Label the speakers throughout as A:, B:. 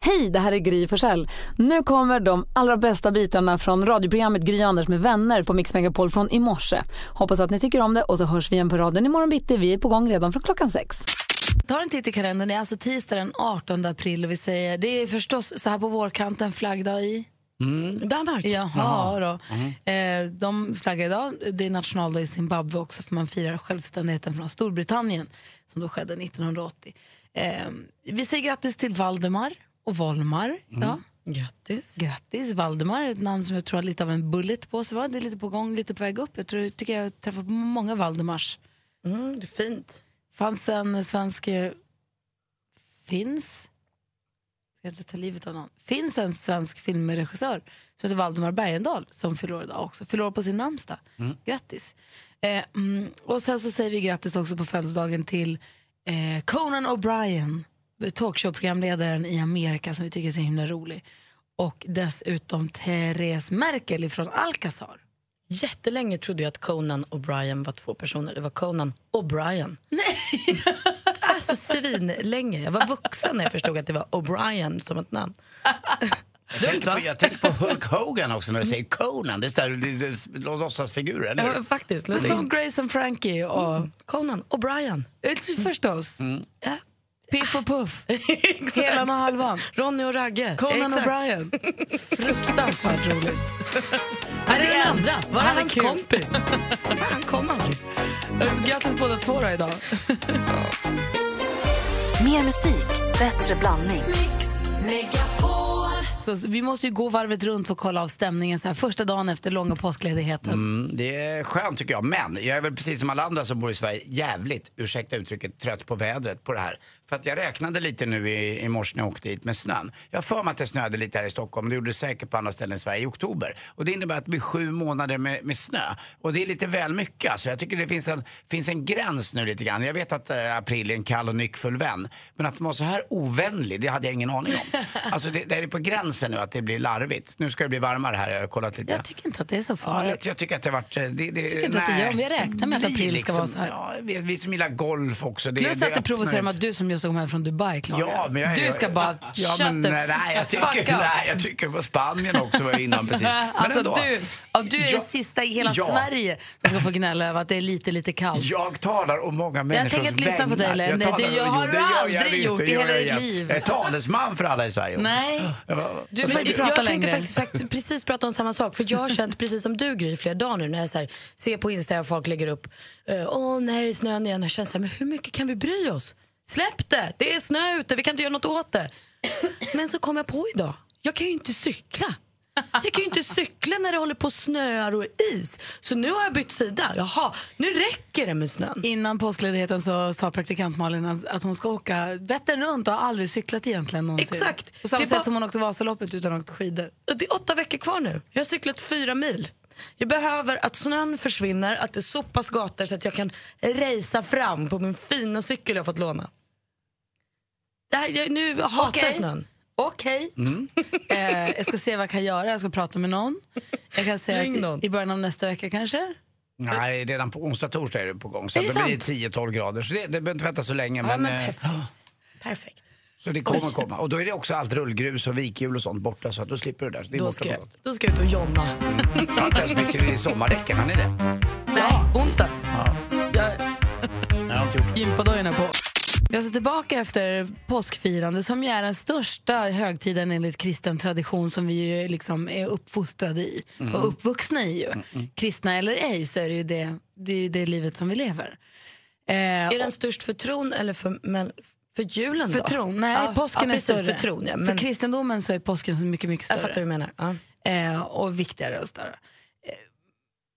A: Hej, det här är Gry Forssell. Nu kommer de allra bästa bitarna från radioprogrammet Gry Anders med vänner på Mix Megapol från i morse. Hoppas att ni tycker om det och så hörs vi igen på raden imorgon bitti. Vi är på gång redan från klockan sex.
B: Ta en titt i kalendern. Det är alltså tisdag den 18 april och vi säger, det är förstås så här på vårkanten flaggdag i
C: Danmark.
B: Jaha, då. Eh, de flaggar idag. Det är nationaldag i Zimbabwe också för man firar självständigheten från Storbritannien som då skedde 1980. Eh, vi säger grattis till Valdemar och Volmar idag.
C: Grattis.
B: Grattis Valdemar, ett namn som jag tror har lite av en bullet på sig. va? Det är lite på gång, lite på väg upp. Jag tror, tycker jag träffar på många Valdemars.
C: Mm, det är fint.
B: fanns en svensk... eh, Finns? Jag ska inte ta livet av någon. Finns en svensk filmregissör som heter Valdemar Bergendahl som fyller år idag också. Fyller år på sin namnsdag. Grattis. Eh, mm, och sen så säger vi grattis också på födelsedagen till eh, Conan O'Brien. Talkshow-programledaren i Amerika som vi tycker är så himla rolig. Och dessutom Therese Merkel från Alcazar.
C: Jättelänge trodde jag att Conan och Brian var två personer. Det var Conan och Brian.
B: Nej!
C: Alltså svinlänge. Jag var vuxen när jag förstod att det var O'Brien som ett namn.
D: Jag tänkte, på, jag tänkte på Hulk Hogan också när du säger Conan. Det är sådär, det är låtsasfigur, eller hur?
C: Ja, faktiskt.
B: Men
C: Ludvig.
B: som Grace och Frankie och...
C: Mm. Conan och Brian.
B: It's, förstås.
C: Ja.
B: Piff och Puff. Helan och Halvan.
C: Ronny och Ragge.
B: Conan
C: Exakt.
B: O'Brien. Fruktansvärt roligt.
C: Här är
B: Han-
C: andra. Var är
B: han är
C: hans
B: kul.
C: kompis? Han kom aldrig.
B: Grattis båda två då idag.
E: Mer musik, bättre blandning.
B: Så, så vi måste ju gå varvet runt för att kolla av stämningen så här, första dagen efter långa påskledigheten.
D: Mm, det är skönt tycker jag, men jag är väl precis som alla andra som bor i Sverige jävligt, ursäkta uttrycket, trött på vädret på det här. För att jag räknade lite nu i, i morse när jag åkte hit med snön. Jag har för mig att det snöde lite här i Stockholm, det gjorde det säkert på andra ställen i Sverige i oktober. Och det innebär att det blir sju månader med, med snö. Och det är lite väl mycket alltså. Jag tycker det finns en, finns en gräns nu lite grann. Jag vet att eh, april är en kall och nyckfull vän. Men att den var så här ovänlig, det hade jag ingen aning om. Alltså det, det är på gränsen nu att det blir larvigt. Nu ska det bli varmare här, jag har kollat lite.
B: Jag tycker inte att det är så
D: Ja, jag,
B: farligt.
D: jag tycker att det varit... eh, Det, det,
B: tycker inte att det
D: nej.
B: gör, men jag räknar med att
D: Blir
B: april ska vara så här.
D: Ja, vi, vi som gillar golf också. Det,
B: Plus att det
D: öppnar
B: provocerar mig
D: ut.
B: att du som just kom hem från Dubai klagar.
D: Ja, men jag,
B: du
D: jag-
B: ska bara
D: ja,
B: shut
D: men,
B: the
D: nej, jag
B: fuck
D: tycker,
B: up.
D: nej, jag tycker på Spanien också var jag innan precis. Men
B: alltså,
D: ändå.
B: du, ja, du är
D: Ja.
B: den sista i hela
D: Ja.
B: Sverige som ska få gnälla över att det är lite, lite kallt.
D: Jag talar om många
B: tänker
D: människors
B: inte lyssna på dig,
D: vägnar.
B: Lenny.
D: talar
B: Det
D: om-
B: har du
D: det gör jag
B: aldrig
D: visst,
B: gjort
D: det
B: i
D: gör
B: hela
D: jag
B: ditt
D: igen.
B: liv.
D: Jag är talesman för alla i Sverige också.
B: Nej.
D: Jag bara-
B: Alltså, Du får
C: Men
B: inte
C: jag
B: prata
C: tänkte
B: längre.
C: faktiskt, faktiskt precis prata om samma sak. För Jag har känt precis som du Gry i flera dagar nu när jag så här, ser på Insta och folk lägger upp eh, Åh nej, snön igen. Jag känner så här, men hur mycket kan vi bry oss? Släpp det! Det är snö ute, vi kan inte göra något åt det. Men så kom jag på idag, jag kan ju inte cykla. Jag kan ju inte cykla när det håller på och snöar och is. Så nu har jag bytt sida. Jaha, nu räcker det med snön.
B: Innan påskledigheten så sa praktikant Malin att- att hon ska åka Vättern runt och har aldrig cyklat egentligen någonsin.
C: Exakt.
B: På samma
C: Det
B: sätt
C: var-
B: som hon åkte Vasaloppet utan att åka skidor.
C: Det är åtta veckor kvar nu. Jag har cyklat fyra mil. Jag behöver att snön försvinner, att det sopas gator så att jag kan racea fram på min fina cykel jag fått låna. Det här, jag, nu hatar
B: Okej.
C: jag snön.
B: Okej. Eh, jag ska se vad jag kan göra. Jag ska prata med någon. Jag kan säga
C: Ring
B: att i-
C: någon.
B: i början av nästa vecka kanske.
D: Nej, redan på onsdag och torsdag är det på gång. Så
C: Är det
D: det blir
C: sant?
D: 10-12 grader. Så det, det behöver inte vänta så länge.
C: Ja, men
D: eh,
C: perfekt. perfekt.
D: Så det kommer komma. Och då är det också allt rullgrus och vikhjul och sånt borta så att då slipper du det där. Så Det är
C: Då
D: borta
C: ska,
D: på
C: jag,
D: något.
C: då ska jag ut och jonna.
D: Jag har inte ens byggt i sommardäcken, har ni det?
C: Nej, onsdag.
D: Jag har inte gjort det.
B: Gympadojorna på. Vi är alltså tillbaka efter påskfirande som ju är den största högtiden enligt kristen tradition som vi ju liksom är uppfostrade i och uppvuxna i. Ju. Kristna eller ej så är det ju det, det, är ju det livet som vi lever. Eh,
C: Är den störst för tron eller för, men, för julen
B: För
C: då?
B: tron? Nej,
C: Ja,
B: påsken
C: ja,
B: är
C: precis,
B: större.
C: För tron, ja. Men,
B: För kristendomen så är påsken så mycket, mycket
C: jag fattar vad
B: större.
C: du menar. Ja.
B: Eh, och viktigare och större. Eh,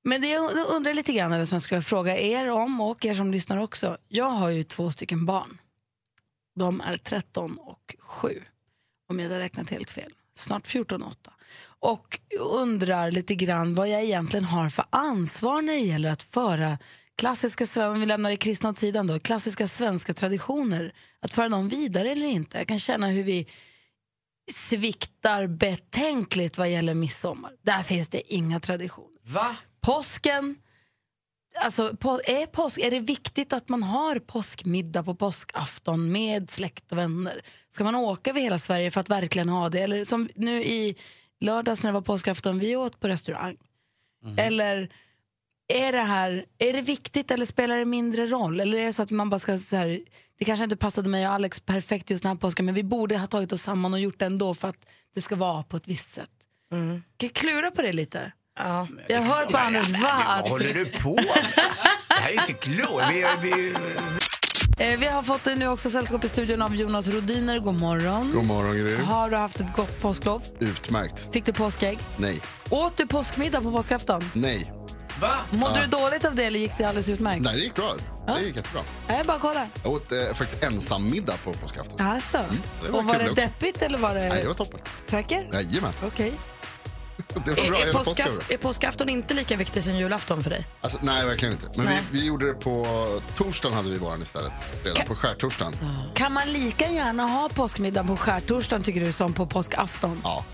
B: Men det jag undrar lite grann över som jag skulle fråga er om och er som lyssnar också. Jag har ju två stycken barn. De är 13 och 7. Om jag hade räknat helt fel. Snart 14 och 8. Och undrar lite grann vad jag egentligen har för ansvar när det gäller att föra klassiska, sven- om vi lämnar det kristna åt sidan då, klassiska svenska traditioner. Att föra dem vidare eller inte. Jag kan känna hur vi sviktar betänkligt vad gäller midsommar. Där finns det inga traditioner.
D: Va?
B: Påsken, Alltså, på, är, påsk, är det viktigt att man har påskmiddag på påskafton med släkt och vänner? Ska man åka över hela Sverige för att verkligen ha det? Eller som nu i lördags när det var påskafton, vi åt på restaurang.
D: Mm.
B: Eller är det här, är det viktigt eller spelar det mindre roll? Eller är det så att man bara ska så här, det kanske inte passade mig och Alex perfekt just den här påsken men vi borde ha tagit oss samman och gjort det ändå för att det ska vara på ett visst sätt.
C: Mm.
B: Kan jag klura på det lite?
C: Ja.
B: Jag hör på Anders
D: men, Vad håller
B: Ward.
D: du på med? Det här är ju inte klokt. Vi, vi,
B: Eh, vi har fått nu också sällskap i studion av Jonas Rodiner. God morgon.
F: God morgon, Gry.
B: Har du haft ett gott påsklov?
F: Utmärkt.
B: Fick du påskägg?
F: Nej.
B: Åt du påskmiddag på påskafton?
F: Nej.
D: va?
B: Mådde du dåligt av det eller gick det alldeles utmärkt?
F: Nej, det gick bra. Det gick jättebra.
B: Nej, bara kolla.
F: Jag åt eh, faktiskt ensammiddag på påskafton.
B: Alltså.
F: Mm, det var
B: och var
F: kul
B: det
F: också.
B: deppigt eller var det...
F: Nej, det var toppen.
B: Säker?
F: Jajamän.
B: Okej.
F: Det var bra.
C: Är, är,
F: hela påsken.
C: påskas, är påskafton inte lika viktig som julafton för dig?
F: Alltså, nej, verkligen inte. Men vi, vi gjorde det på torsdagen hade vi våran istället. Redan på skärtorsdagen.
B: Kan man lika gärna ha påskmiddag på skärtorsdagen tycker du som på påskafton?
F: Ja.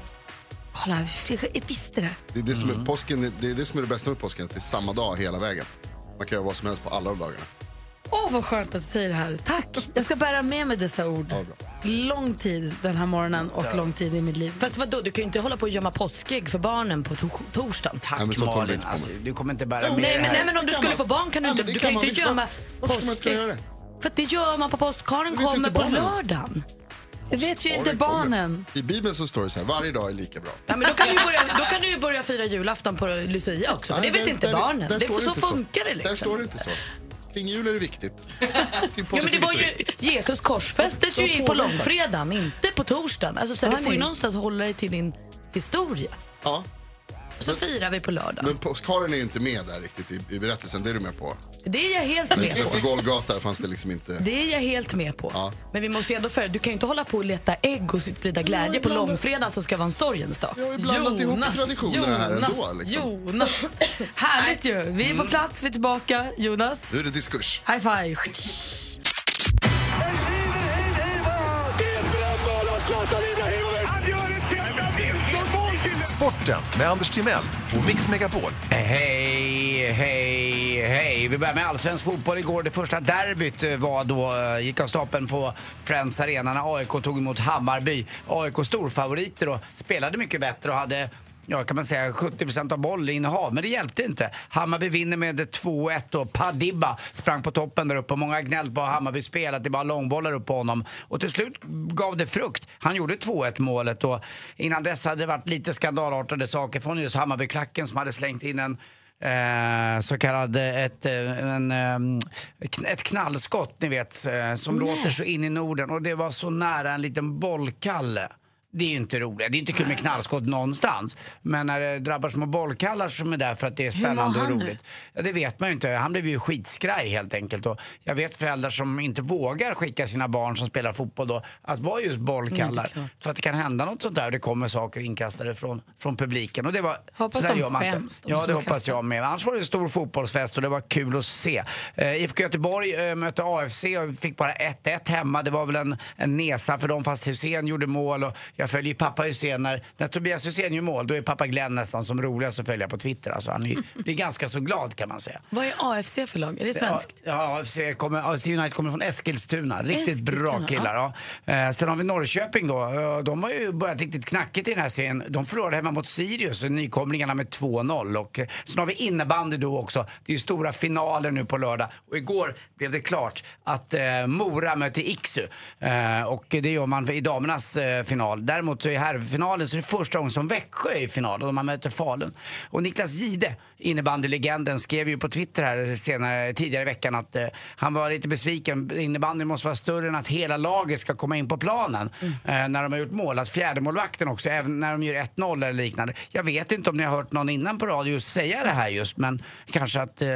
B: Kolla, jag visste det.
F: Det är det,
C: Mm.
F: som är, påsken, det är det som är det bästa med påsken, att det är samma dag hela vägen. Man kan göra vad som helst på alla de dagarna.
B: Åh, vad skönt att du säger det här. Tack. Jag ska bära med mig dessa ord.
F: Ja, bra.
B: Lång tid den här morgonen och lång tid i mitt liv.
C: Fast vadå, du kan ju inte hålla på och gömma påskägg för barnen på to- torsdagen.
D: Tack
F: Nej, men så tar vi
D: Malin,
F: inte på
D: alltså,
F: mig.
D: du kommer inte bära med
C: Nej
D: det
C: men,
D: här.
C: nej men om du
F: kan
C: skulle
F: man.
C: få barn kan du
F: Ja,
C: inte,
F: men det
C: du
F: kan
C: kan ju
F: man.
C: inte
F: Visst,
C: gömma
F: varför- varför ska man inte
C: påskägg.
F: kunna göra det?
C: För att det gör man på påsk. Karen
F: vet ju
C: kommer
F: inte
C: på
F: barnen.
C: lördagen.
B: Det vet ju
F: Ja,
B: inte
F: det kommer.
B: barnen.
F: I Bibeln så står det så här, varje dag är lika bra.
C: Ja, men då, kan du ju börja, då kan du ju börja fira julafton på Lucia också. för
F: Nej,
C: det vet
F: där-
C: inte
F: där-
C: barnen.
F: där
C: det,
F: står
C: så
F: inte
C: funkar det liksom.
F: Där står det inte så. Kring jul är det viktigt. Kring
C: Ja, men det
F: påsken
C: var
F: är
C: ju, Jesus korsfästes
F: De
C: ju i på
F: påminner.
C: långfredagen, inte på torsdagen. Alltså, så
B: Ja,
C: du får
B: nej.
C: ju någonstans hålla dig till din historia.
F: Ja,
C: Och så firar vi på lördagen.
F: men påskharen är ju inte med där riktigt i, i berättelsen. Det är du med på.
C: Det är jag helt med
F: Men
C: på.
F: på Golgata fanns det liksom inte...
C: Det är jag helt med på.
F: Ja.
C: Men vi måste ju ändå följa. Du kan ju inte hålla på och leta ägg och sprida glädje på
F: ibland-
C: långfredagen som ska vara en sorgens dag.
F: Jag har ju blandat ihop traditionerna här ändå. Liksom. Mm.
B: Jonas. Härligt ju. Vi är på plats, vi är tillbaka. Jonas,
F: Nu är det diskurs.
B: high five.
G: Sporten med Anders Timell och Mix Megapol.
D: Hej, hej, hej. Vi börjar med allsvensk fotboll igår. Det första derbyt eh, var då, eh, gick av stapeln på Friends Arena när AIK tog emot Hammarby. AIK storfavoriter och spelade mycket bättre och hade Ja, kan man säga 70% av bollinnehav, men det hjälpte inte. Hammarby vinner med 2-1 och Padibba sprang på toppen där uppe. Många har gnällt på Hammarbys spel, att det bara långbollar upp på honom. Och till slut gav det frukt. Han gjorde 2-1 målet och innan dess hade det varit lite skandalartade saker från just Hammarbyklacken som hade slängt in en Eh, så kallad eh, ett, eh, en, ehm, kn- ett knallskott, ni vet, eh, som låter så in i Norden. Och det var så nära en liten bollkalle. Det är ju inte roligt. Det är inte kul med knallskott någonstans. Men när det drabbar små bollkallar som är där för att det är spännande och
A: han nu?
D: roligt. Ja, det vet man ju inte. Han blev ju skitskraj helt enkelt. Och jag vet föräldrar som inte vågar skicka sina barn som spelar fotboll då att vara just
A: Mm,
D: bollkallar. för att det kan hända något sånt där och det kommer saker inkastade från, från publiken. Och det var,
A: Hoppas
D: så där
A: de
D: gör man inte.
A: skäms, de
D: Ja,
A: som
D: det
A: har
D: hoppas
A: kastat.
D: jag med. Annars var det en stor fotbollsfest och det var kul att se. Eh, IFK Göteborg eh, mötte AFC och fick bara 1-1 hemma. Det var väl en, en nesa för dem fast Hussein gjorde mål och jag följer ju pappa Hussein. När, när Tobias Hussein gör mål då är pappa Glenn nästan som roligast att följa på Twitter. Alltså, han är, ju- blir ganska så glad kan man säga.
C: Vad är AFC för lag? Är det svenskt?
D: Ja, AFC, kommer, AFC United kommer från Eskilstuna. Riktigt
C: Eskilstuna,
D: bra killar. Ja. Eh, sen har vi Norrköping då. Eh, De har ju börjat riktigt knackigt i den här serien. De förlorade hemma mot Sirius, nykomlingarna, med 2-0. Och, eh, sen har vi innebandy då också. Det är ju stora finaler nu på lördag. Och igår blev det klart att eh, Mora möter Iksu. Eh, och det gör man i damernas eh, final. Däremot så i herrfinalen så är det första gången som Växjö är i final och de har möter Falun. Och Niklas Gide, innebandylegenden, skrev ju på Twitter här senare, tidigare i veckan att eh, han var lite besviken. Innebandyn måste vara större än att hela laget ska komma in på planen eh, när de har gjort mål. Att fjärdemålvakten också, även när de gör 1-0 eller liknande. Jag vet inte om ni har hört någon innan på radio säga det här just, men kanske att eh,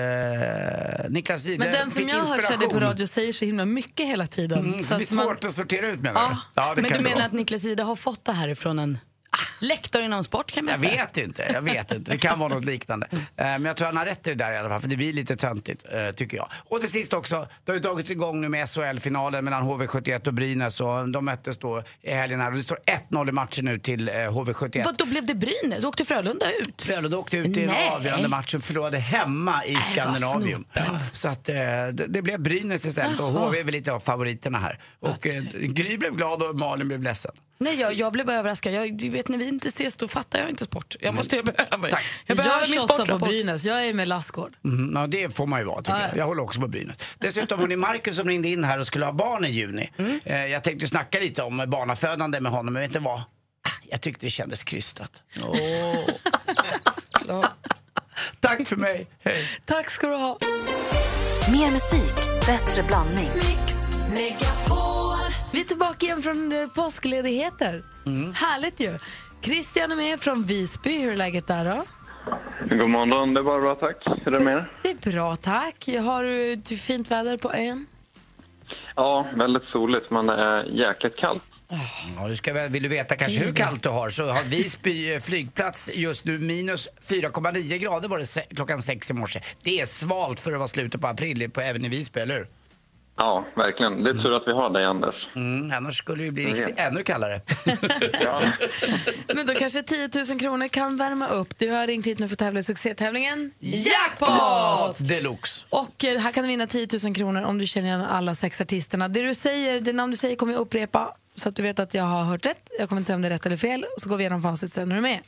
D: Niklas Gide
B: Men den som
D: fick
B: jag har hört säga det på
D: inspiration.
B: radio säger så himla mycket hela tiden.
D: Mm,
B: så
D: det blir
B: att man-
D: svårt att sortera ut menar du?
B: Ja.
D: Ja, det
C: Men
D: kan
C: du
D: det
C: menar
D: vara.
C: att Niklas Ida har fått det här ifrån en... Ah, Lektor inom sport kan man
D: Jag
C: säga.
D: vet inte, jag vet inte. Det kan vara något liknande. Eh, Men jag tror han har rätt i det där i alla fall, för det blir lite töntigt, eh, tycker jag. Och till sist också, det har ju tagits igång nu med SHL-finalen mellan HV71 och Brynäs och de möttes då i helgen här och det står 1-0 i matchen nu till eh, HV71.
C: Vad då blev det Brynäs? Åkte Frölunda ut?
D: Frölunda åkte ut i den
C: Nej.
D: avgörande matchen, förlorade hemma i
C: vad
D: Skandinavium. Så att eh, det, det blev Brynäs istället och HV är väl lite av favoriterna här. Och eh, Gry blev glad och Malin blev ledsen.
C: Nej, jag, jag blev bara överraskad. Jag, du vet, när vi inte ses då fattar jag inte sport. Jag måste jag behöver.
D: Tack.
A: Jag,
C: Jag behöver
A: jag
C: min
A: tjossar på
C: sportrapport.
A: Brynäs, jag är med Lassgård.
D: Mm, ja, det får man ju vara tycker jag. Jag håller också på Brynäs. Dessutom hörni, Marcus som ringde in här och skulle ha barn i juni. Eh, jag tänkte snacka lite om barnafödande med honom, men vet du vad? Ah, Jag tyckte det kändes krystat. Tack för mig, hej!
A: Tack ska du ha.
E: Mer musik, bättre blandning.
A: Vi är tillbaka igen från eh, påskledigheter.
F: Mm.
A: Härligt ju. Christian är med från Visby. Hur är läget där då?
H: God morgon, det är bara bra tack. Hur är det med er?
A: Det är bra tack. Har du du, fint väder på ön?
H: Ja, väldigt soligt men det är jäkligt kallt.
D: Ja, du ska, väl- vill du veta kanske hur kallt du har så har Visby eh, flygplats just nu minus 4,9 grader var det se- klockan sex i morse. Det är svalt för att vara slutet på april i- på, även i Visby, eller hur?
H: Ja, verkligen. Det är tur att vi har dig, Anders.
D: Mm, annars skulle det ju bli
H: Mm.
D: riktigt ännu kallare.
H: Ja.
B: Men då kanske 10 000 kronor kan värma upp. Du har ringt hit nu för att tävla i succétävlingen
D: Jackpot deluxe!
B: Och eh, här kan du vinna 10 000 kronor om du känner igen alla sex artisterna. Det du säger, det namn du säger kommer jag upprepa så att du vet att jag har hört rätt. Jag kommer inte säga om det är rätt eller fel. Så går vi igenom facit sen. Är du med?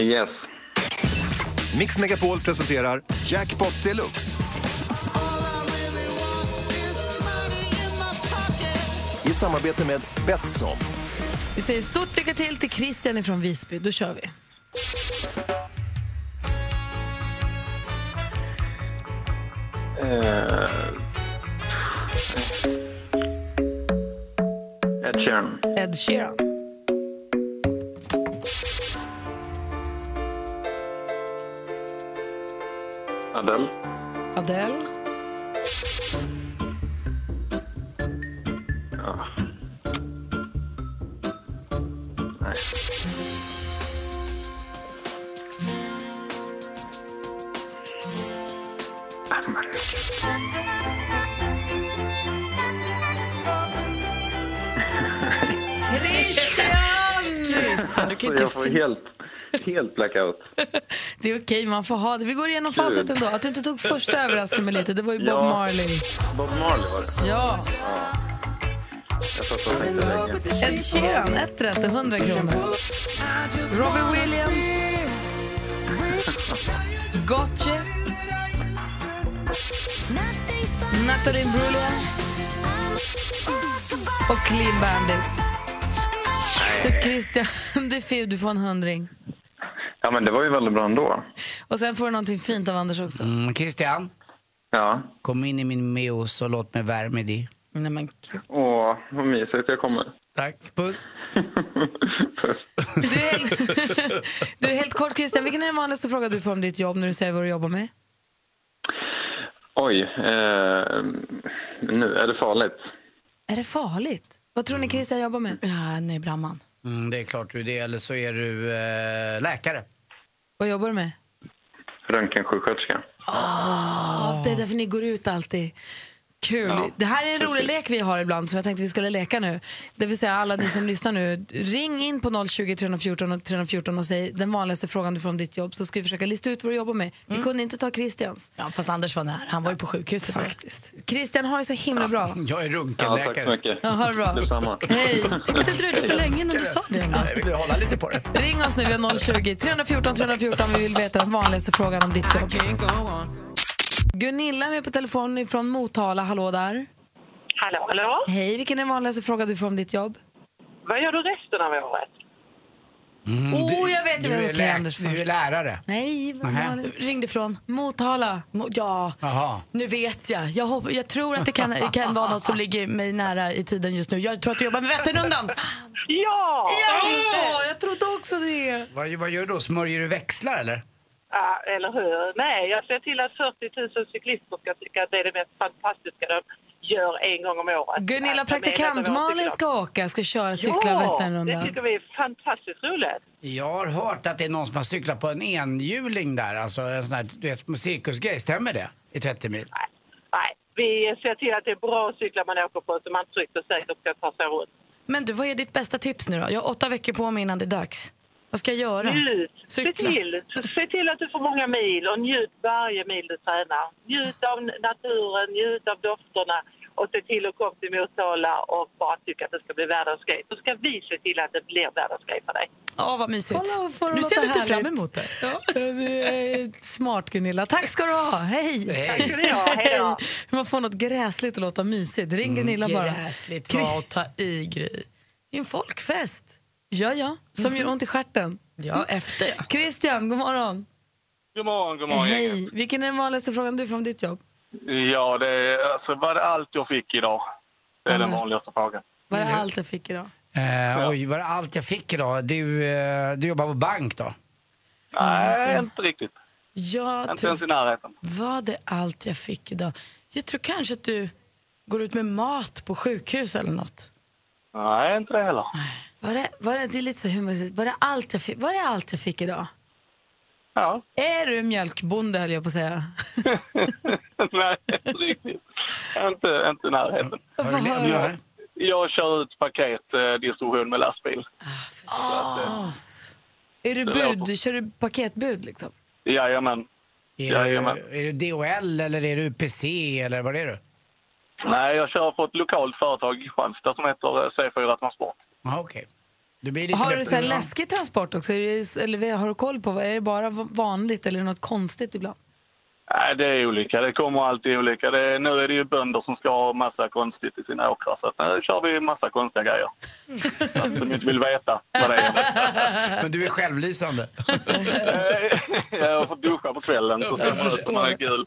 H: Yes.
G: Mix Megapol presenterar Jackpot Deluxe. I samarbete med Betsson.
B: Vi säger stort lycka till till Christian från Visby. Då kör vi.
H: Eh. Ed Sheeran.
B: Ed Sheeran.
H: Adele.
B: Adele.
H: Ja. Nej. Ah, men-
C: Christian, du
H: Alltså,
C: kan ju
H: jag
C: inte...
H: får helt, helt blackout.
B: Det är okej, man får ha det. Vi går igenom facit ändå. Att du inte tog första överraskade mig lite. Det var ju Bob
H: Ja.
B: Marley.
H: Bob Marley var det.
B: Ja.
H: Jag satt och tänkte länge.
B: Ed Sheeran, ett rätt och 100 kronor. Robbie Williams. Gotye. Nathalie Imbruglia. Och Clean Bandit. Så Christian, du får, du får en hundring.
H: Ja, men det var ju väldigt bra ändå.
B: Och sen får du någonting fint av Anders också.
D: Mm, Christian,
H: Ja.
D: kom in i min meos och låt mig värma dig.
C: Nej, men gud.
H: Åh, vad mysigt jag kommer.
D: Tack, puss.
H: Puss.
B: Du är helt, du är helt kort Christian, vilken är den vanligaste frågan du får om ditt jobb när du säger vad du jobbar med?
H: Oj, eh, nu är det farligt.
B: Är det farligt? Vad tror ni Christian jobbar med?
C: Ja, nej, Bramman.
D: Mm, det är klart du är det, eller så är du eh, läkare.
B: Vad jobbar du med?
H: Röntgensjuksköterska.
B: Ja, det är därför ni går ut alltid. Kul.
H: Ah. Ja.
B: Det här är en rolig lek vi har ibland som jag tänkte vi skulle leka nu. Det vill säga alla
H: Mm.
B: ni som lyssnar nu, ring in på 020 314 och 314 och säg den vanligaste frågan du får om ditt jobb så ska vi försöka lista ut vad du jobbar med. Vi
H: Mm.
B: kunde inte ta Christians.
C: Ja, fast Anders var nära. Han var ju på sjukhuset. Faktiskt.
B: Christian har det så himla bra.
D: Jag är
H: Ja, tack så
D: runkenläkare.
H: mycket.
B: Ja, ha det bra.
H: Detsamma.
B: Hej.
C: Det dröjde så länge innan du sa det. ändå.
D: jag vill hålla lite på det.
B: Ring oss nu, vi har 020 314 314 vi vill veta den vanligaste frågan om ditt jobb. Gunilla är med på telefon från Motala, hallå där.
I: Hallå, hallå?
B: Hej, vilken är den vanligaste frågan du får om ditt jobb?
I: Vad gör du resten av året?
B: Åh, oh, jag vet ju
D: Mm, Du är,
B: vad jag heter,
D: lä-
B: Anders
D: du är
B: först.
D: lärare.
B: Nej, vad
D: Nähä.
B: var det?
C: Ringde från.
B: Motala.
C: Mo- Ja,
D: Jaha.
C: nu vet jag. Jag, hopp, jag tror att det kan, kan vara något som ligger mig nära i tiden just nu. Jag tror att du jobbar med Vätternrundan.
I: Ja!
B: Ja, jag trodde också det.
D: Vad, vad gör du då? Smörjer du växlar eller?
I: Ja, eller hur? Nej, jag ser till att 40 000 cyklister ska tycka att det är det mest fantastiska de gör en gång om året.
B: Gunilla,
I: Alltså, medlemmar
B: praktikant
I: vi har
B: Malin
I: cyklat.
B: ska åka, ska köra cykla
I: Ja, det
B: Vätternrundan.
I: tycker vi är fantastiskt roligt.
D: Jag har hört att det är någon som har cyklat på en enhjuling där, alltså en sån här du vet, cirkusgrej. Stämmer det? I 30 mil?
I: Nej, nej, vi ser till att det är bra cyklar man åker på så man tryggt och säkert ska ta sig runt.
C: Men du, vad är ditt bästa tips nu då? Jag har åtta veckor på mig innan det är dags. Vad ska jag göra?
I: Njut! Se
C: Cykla.
I: till, se till att du får många mil och njut varje mil du tränar. Njut av naturen, njut av dofterna och se till att komma till Motala och bara tycka att det ska bli världens grej. Då ska vi se till att det blir världens grej för dig.
C: Ja, vad mysigt.
B: Kolla, får det
C: nu ser jag
B: låta
C: lite fram
B: härligt.
C: emot det. Ja.
B: Du är smart Gunilla. Tack ska du ha, hej!
I: Tack ska ni ha, hej då!
B: Man får något gräsligt att låta mysigt.
D: Mm.
B: Ring Gunilla bara.
C: Gräsligt var att ta i Gry. I en folkfest.
B: Ja, ja, som
I: Mhm.
B: gör ont i stjärten. Mm.
C: Ja, efter ja.
B: Christian, god morgon.
I: God morgon, god
B: Hej. Vilken är den vanligaste frågan du får om ditt jobb?
I: Ja, det är, alltså, var det allt jag fick idag? Det är den vanligaste frågan.
B: Vad är allt jag fick idag?
D: Eh, oj, var det allt jag fick idag? Du, eh, du jobbar på bank då?
I: Nej, inte riktigt.
C: Jag
I: Inte ens i
C: tror,
I: närheten.
C: var det allt jag fick idag? Jag tror kanske att du går ut med mat på sjukhus eller något.
I: Nej, inte det heller.
B: Var det, var det, det är lite så humoristiskt. Var det allt jag fick, var det allt jag fick idag?
I: Ja.
B: Är du mjölkbonde höll jag på att säga.
I: Nej, inte riktigt. Inte, inte i närheten.
D: Har du
B: höra.
D: le- har-
I: Jag kör ut paketdistribution med lastbil.
B: Är du
I: låter-
B: bud? Kör du paketbud liksom?
I: Jajamän. Jajamän.
D: Är, du, är du DHL eller är du UPC eller vad är du?
I: Nej, jag kör för ett lokalt företag i Kristianstad som heter eh, C4 Transport.
D: Ja, okej. Du blir lite
B: Har du
D: lätt-
B: så här
D: Ja.
B: läskig transport också? Är det, eller har du koll på, vad- är det bara vanligt eller är det något konstigt ibland?
I: Nej, det är olika. Det kommer alltid olika. Det, nu är det ju bönder som ska ha massa konstigt i sina åkrar. Så att nu kör vi massa konstiga grejer. Så att de inte vill veta vad det är.
D: Men du är självlysande.
I: Eh, Jag får duscha på kvällen så ser man ut som man är kul.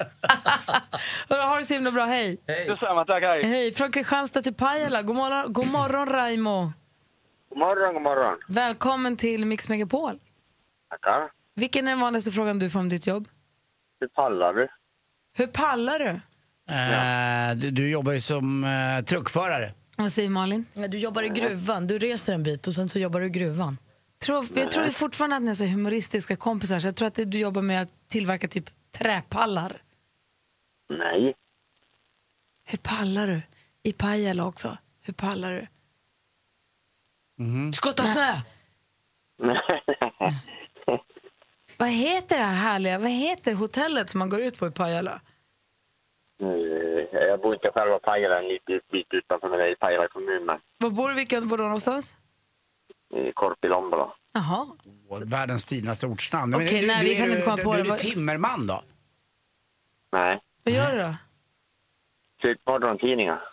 B: Hörru, Ha det så himla bra, hej!
I: Detsamma, tack. Hej.
B: Hej, från Kristianstad till Pajala. God morgon, god morgon Raimo.
I: God morgon, god morgon.
B: Välkommen till Mix Megapol.
I: Tackar.
B: Vilken är den vanligaste frågan du får om ditt jobb?
I: Hur pallar du?
B: Hur pallar du?
D: Eh, du, du jobbar ju som eh, truckförare.
B: Vad säger Malin?
C: Nej, Du jobbar i gruvan, du reser en bit och sen så jobbar du i gruvan.
B: Tror, jag tror fortfarande att ni är så humoristiska kompisar så jag tror att du jobbar med att tillverka typ träpallar.
I: Nej.
B: Hur pallar du? I Pajala också. Hur pallar du?
C: Skotta snö!
B: Vad heter det här härliga, vad heter hotellet som man går ut på i Pajala?
I: Eh, Jag bor inte själva i Pajala, en liten bit utanför, men det är i Pajala kommun, men
B: Var bor du, vilken bor du någonstans?
I: i Korpilombolo. då.
B: Jaha.
D: Åh, Världens finaste ortsnamn. Men
B: Okej,
D: du-
B: nej,
D: du-
B: vi
D: är
B: kan
D: du-
B: inte komma
D: du-
B: på
D: du-
B: det.
D: Är du
B: Vad-
D: timmerman då?
I: Nej.
B: Vad gör du då?
I: Typ morgontidningar.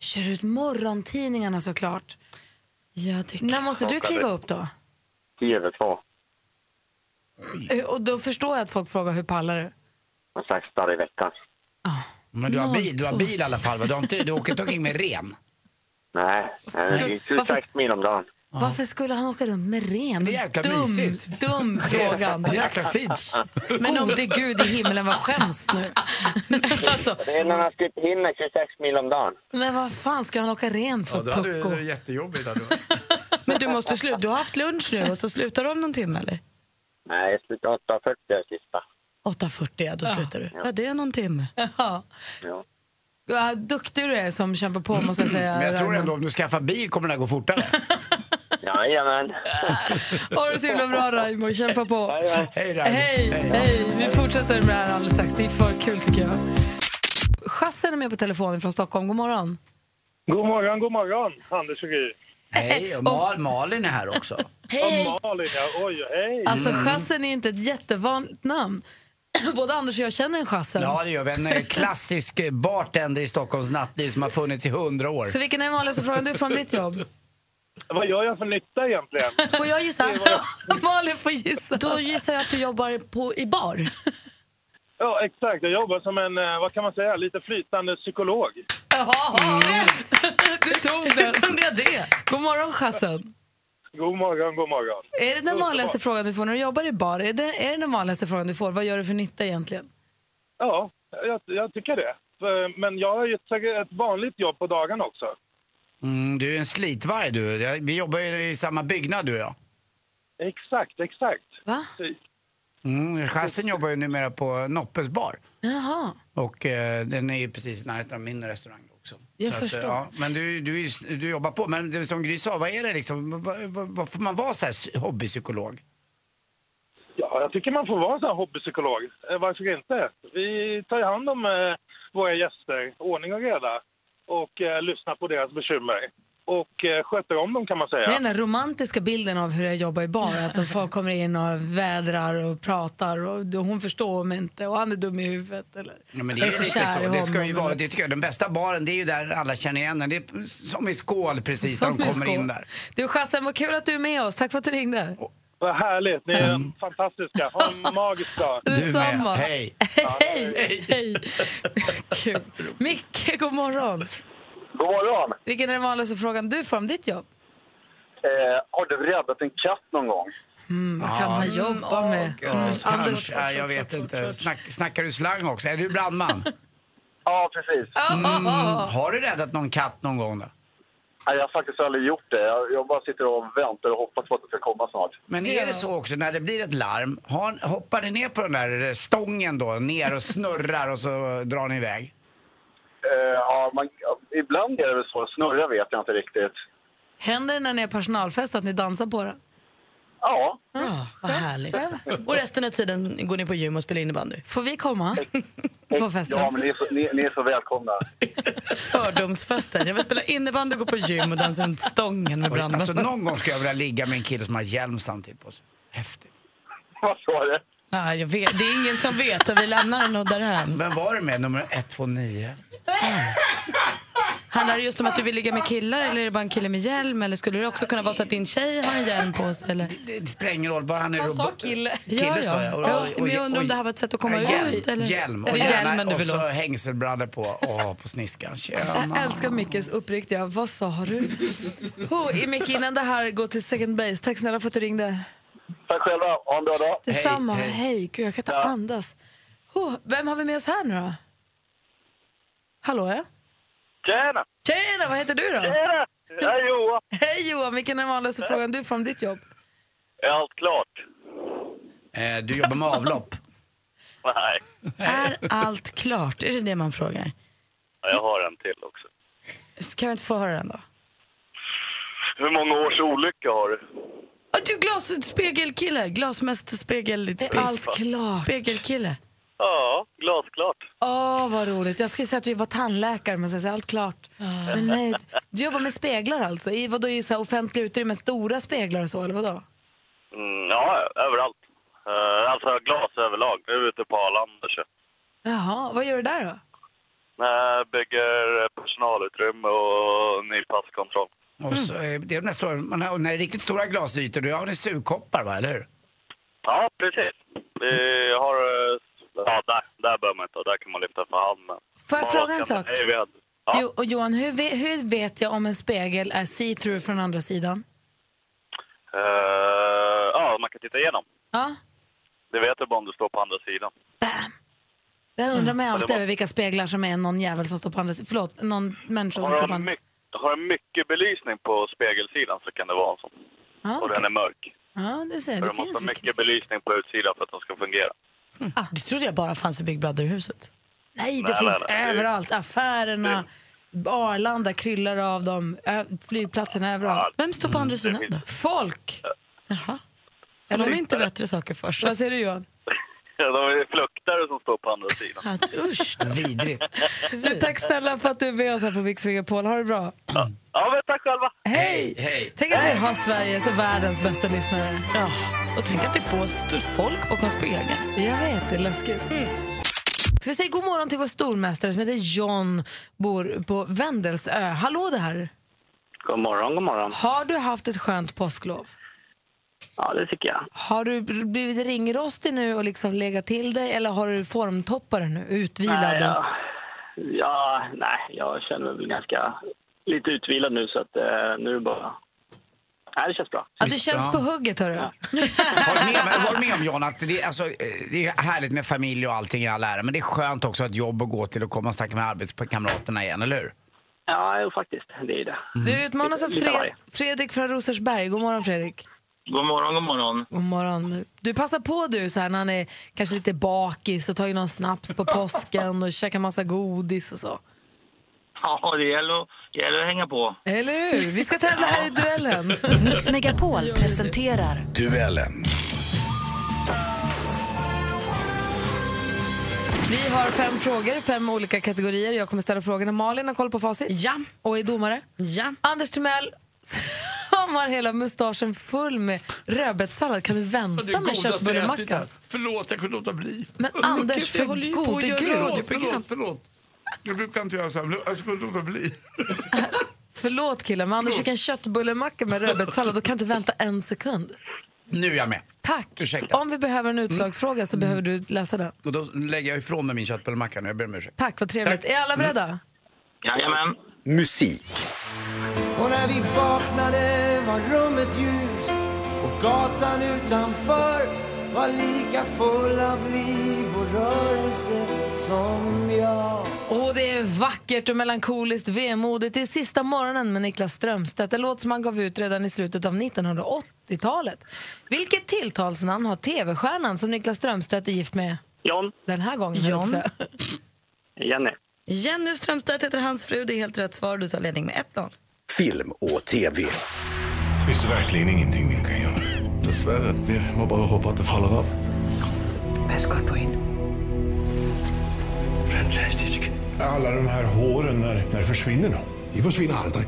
B: Kör ut morgontidningarna såklart.
C: Ja, det är
B: När måste du kliva upp då?
I: Tio över två.
B: Eh, Och då förstår jag att folk frågar hur pallar du?
I: Någon slags dag i veckan.
D: Men du har bil, du har bil i
B: 02.
D: alla fall va? Du, har inte, du åker inte omkring med ren?
I: Nej,
B: Varför-
I: nej, det är
B: varför-
I: 26 mil om dagen.
B: Varför skulle han åka runt med ren?
D: Det är jäkla
B: dum,
D: mysigt.
B: dum frågan.
D: Jäkla fint.
B: Men gode gud i himlen vad skäms nu. alltså,
I: Det är när man ska hinna 26 mil om dagen.
B: men vad fan ska han åka ren för pucko?
D: jättejobbigt.
C: Men du måste sluta, du har haft lunch nu och så slutar du om någon timme eller?
I: Nej, jag slutade 8.40 den sista.
C: 8.40, ja, då slutar du. Ja, det är någon timme.
B: Ja.
I: Ja.
B: Vad duktig du är som kämpar på måste jag säga.
D: Men jag tror
B: Raimo.
D: ändå om du skaffar bil kommer det här gå fortare.
I: Jajamän.
B: Ha det så himla bra Raimo, kämpa på.
D: Hej Raimo.
B: Hej, hej. Vi fortsätter med det här alldeles strax. Det är för kul tycker jag. Chassen är med på telefonen från Stockholm. God
D: Mm.
B: morgon.
I: God morgon, god morgon, Anders och Gry.
D: Hej, och Mal, Malin är här också.
I: Och Malin, ja. Oj, hej.
B: Alltså chassen är inte ett jättevanligt namn. Både Anders och jag känner en chassen.
D: Ja, det gör vi. En eh, klassisk eh, bartender i Stockholms nattliv som har funnits i hundra år.
B: Så vilken är den vanligaste frågan du får om ditt jobb?
I: Vad gör jag för nytta egentligen?
C: Får jag gissa?
B: Malin får gissa.
C: Då gissar jag att du jobbar på, i bar.
I: Ja, exakt. Jag jobbar som en, eh, vad kan man säga, lite flytande psykolog.
D: Mm.
B: Du tog den.
C: Kunde jag det?
B: God morgon chassen.
I: God morgon, god morgon.
B: Är det den vanligaste frågan du får när du jobbar i bar? Är det, är det den vanligaste frågan du får? Vad gör du för nytta egentligen?
I: Ja, jag, jag tycker det.
J: eh, men jag har ju säkert ett vanligt jobb på dagen också.
D: Mm, du är en slitvarg du. Jag- Vi jobbar ju i samma byggnad du och jag.
J: Exakt, exakt.
B: Va?
D: Mm, Chassin jobbar ju numera på Noppes bar.
B: Jaha.
D: Och eh, den är ju precis i närheten av min restaurang också.
B: Jag
D: Så att, eh,
B: förstår.
D: ja, men du, du, är ju s- du jobbar på. Men det, som Gry sa, vad är det liksom? Vad, vad, vad får man vara så här s- hobbypsykolog?
J: Ja, jag tycker man får vara en sån här hobbypsykolog. Eh, Varför inte? Vi tar ju hand om eh, våra gäster, ordning och reda, och eh, lyssnar på deras bekymmer. Och eh, sköter om dem kan man säga.
B: Det är den där romantiska bilden av hur jag jobbar i bar. Att folk kommer in och vädrar och pratar och du- hon förstår mig inte och han är dum i huvudet. Eller?
D: Ja, men det
B: Jag
D: är ju lite
B: kär
D: så.
B: i
D: Det ska
B: honom,
D: ju vara,
B: eller?
D: det tycker jag, den bästa baren det är ju där alla känner igen den. Det är p- som i skål precis
B: Som
D: när de
B: i
D: kommer
B: skål.
D: in där.
B: Du Chassen, vad kul att du är med oss. Tack för att du ringde.
J: Vad härligt, ni är fantastiska. Ha en magisk dag.
B: Detsamma.
D: Hej.
B: Hej. Hej. Kul. Micke, god morgon.
K: God morgon.
B: Vilken är den vanligaste frågan du får om ditt jobb?
K: Eh, har du räddat en katt någon gång?
B: Mm, vad kan
D: Ja.
B: man jobba med?
D: Ja,
B: Mm.
D: kanske.
B: Anders,
D: ja, jag vet inte. Snack, snackar du slang också? Är du brandman?
K: Ja, precis.
D: Mm, har du räddat någon katt någon gång då?
K: Nej, jag har faktiskt aldrig gjort det. Jag, jag bara sitter och väntar och hoppas på att det ska komma snart.
D: Men är det så också när det blir ett larm, har, hoppar ni ner på den där stången då, ner och snurrar och så drar ni iväg?
K: Eh, ja, man, ibland är det väl så. Snurra vet jag inte riktigt.
B: Händer det när ni är personalfest att ni dansar på det?
K: Ja.
C: Ja, Ah, vad härligt. Och resten av tiden går ni på gym och spelar innebandy.
B: Får vi komma?
C: Mm. På festen.
K: Ja, men ni är så, ni, ni är så välkomna.
C: Fördomsfesten. Jag vill spela innebandy, gå på gym och dansa runt stången med
D: Oj,
C: brandman.
D: Alltså någon gång ska jag vilja ligga med en kille som har hjälm samtidigt på sig. Häftigt.
K: Vad sa du?
C: Ja, jag vet. Det är ingen som vet och vi lämnar den nog därhän.
D: Vem var det med? Nummer 129?
C: Handlar det just om att du vill ligga med killar eller är det bara en kille med hjälm? Eller skulle det också kunna vara så att din tjej har en hjälm på sig? Eller?
D: Det, det spelar ingen roll, bara han är
C: Han sa
D: robot.
C: kille.
D: Kille
C: Ja,
D: sa
C: ja.
D: jag.
C: Ja, men jag undrar om det här var ett sätt att komma
D: Ja, hjälm,
C: ut, eller?
D: Hjälm.
C: Är
D: Och,
C: det hjälmen
D: gärna,
C: du
D: och
C: vill
D: så
C: ha?
D: hängselbrallor på. Åh, på sniskan. Tjena.
B: Jag älskar Mickes uppriktiga, vad sa du? Oh, Micke, innan det här går till second base, tack snälla för att du ringde.
K: Tack själva. Ha en bra dag.
B: Detsamma, hej. Gud, jag kan inte andas. Oh, vem har vi med oss här nu då? Hallå ja?
J: Tjena!
B: Tjena, vad heter du då?
J: Tjena! Jag är Johan.
B: Hej Johan, vilken är den vanligaste frågan du får om ditt jobb?
J: Är allt klart?
D: Eh, du jobbar med avlopp.
J: Nej,
C: Är allt klart? Är det det man frågar?
J: jag har en till också.
C: Kan vi inte få höra den då?
J: Hur många års olycka har du?
C: Ah, Du glasspegelkille, glasmästerspegel...
B: Är allt klart?
C: Spegelkille.
J: Ja, glasklart.
B: Åh, vad roligt. Jag skulle säga att vi var tandläkare, men sen säger jag, allt klart. Men nej, du jobbar med speglar alltså? I vadå, i så här offentliga utrymmen, stora speglar och så, eller vadå?
J: Mm, ja, överallt. Eh, alltså glas överlag. Nu är vi ute på Arlanda. så.
B: Jaha, vad gör du där då?
J: Eh, bygger personalutrymme och ny passkontroll.
D: Och så, eh, det är nästa år, man har, när det är riktigt stora glasytor, då har ni sugkoppar, va? Eller hur?
J: Ja, precis. Vi har... eh, Ja, där, där behöver man inte. Där kan man lyfta för hand. Men...
B: Får jag
J: Bara
B: fråga en
J: kan-
B: sak?
J: Nej, vi hade... ja.
B: Jo, och Johan, hur, ve- hur vet jag om en spegel är see-through från andra sidan?
J: Eh, ja, man kan titta igenom.
B: Ja,
J: Det vet du bara om du står på andra sidan.
B: det här undrar man ju
J: Mm. Ja, det
B: alltid
J: var-
B: över vilka speglar som är någon jävel som står på andra sidan. Förlåt, någon människa som står
J: Har
B: på
J: du,
B: andra
J: mycket, har du mycket belysning på spegelsidan så kan det vara en sån.
B: Ja,
J: Och den är mörk.
B: ja, det ser jag.
J: Så
B: Det
J: du måste
B: finns
J: ha
B: mycket.
J: mycket belysning på utsidan för att den ska fungera.
C: Det trodde jag bara fanns i Big Brother-huset.
B: Nej, det
J: Nej,
B: finns
J: nej, nej.
B: överallt. Affärerna, Arlanda kryllar av dem, ö- flygplatserna överallt.
C: Vem står på andra sidan då?
B: Folk!
C: Jaha. Har de inte bättre saker för sig?
B: Vad säger du Johan?
J: Ja, de är fluktare som står på andra sidan.
C: Att, usch.
D: Vidrigt.
B: Du, tack snälla för att du är med oss här på Mix Megapol. Ha det bra.
J: Ja, men tack själva!
B: Hej!
D: Hej.
B: Tänk att vi har Sveriges och världens bästa lyssnare.
C: Ja. Och tänk att det får så stort folk bakom spegeln.
B: Jag vet, det är läskigt.
C: Mm.
B: Ska vi säga god morgon till vår stormästare som heter John, bor på Vendelsö. Hallå där!
K: God morgon, god morgon.
B: Har du haft ett skönt påsklov?
K: Ja, det tycker jag.
B: Har du br- blivit ringrostig nu och liksom legat till dig eller har du formtoppare nu, utvilad? och-
K: ja, nej, jag känner mig väl ganska lite utvilad nu så att eh, nu är det bara
I: Nej, det känns bra.
B: Att du känns på hugget, hörru.
D: Håll med, men håll med om John att det är, alltså, eh, det är härligt med familj och allting i all ära men det är skönt också att ha ett jobb att gå till och komma och snacka med arbetskamraterna igen, eller hur?
I: Ja, jo, faktiskt. Det är det.
B: Du utmanas av
I: Lite- lite av
B: Fred
I: varje.
B: Fredrik från Rosersberg. God morgon, Fredrik.
L: God morgon, god morgon.
B: God morgon. Du passar på du så här när han är kanske lite bakis och tar in någon snaps på påsken och käkar massa godis och så.
L: Ja, det gäller, det gäller att hänga på.
B: Eller hur? Vi ska tävla här i duellen.
E: Mix Megapol presenterar
G: Duellen.
B: Vi har fem frågor, fem olika kategorier. Jag kommer ställa frågorna. Malin har koll på facit. Ja. Och är domare. Ja. Anders Timell som har hela mustaschen full med rödbetssallad. Kan du vänta med köttbullemackan?
D: Förlåt, jag kunde låta bli.
B: Men Anders, för gode gud.
D: Förlåt, förlåt. Jag brukar inte göra så här, jag skulle låta bli.
B: Förlåt killen, men Anders fick en köttbullemacka med rödbetssallad och kan inte vänta en sekund.
D: Nu är jag med.
B: Tack.
D: Ursäkta.
B: Om vi behöver en utslagsfråga så behöver du läsa den.
D: Och då lägger jag ifrån mig min köttbullemacka nu, jag ber om ursäkt.
B: Tack, vad trevligt. Är alla beredda?
D: Jajamän. Musik.
M: Och när vi vaknade var rummet ljust och gatan utanför var lika full av liv och rörelse som jag.
B: Och det är vackert och melankoliskt vemodigt. Det är sista morgonen med Niklas Strömstedt. En låt som han gav ut redan i slutet av 1980-talet. Vilket tilltalsnamn har tv-stjärnan som Niklas Strömstedt är gift med?
I: John.
B: Den här gången, höll jag
C: John.
B: på att säga.
I: Jenny.
C: Jenny Strömstedt heter hans fru. Det är helt rätt svar. Du tar ledning med 1-0.
N: Film och TV. Finns det verkligen ingenting ni kan göra? Dessvärre. Vi må bara hoppa att det faller av.
M: Pascal Poin.
N: Fantastisk. Alla de här håren, när, när försvinner de? De försvinner aldrig.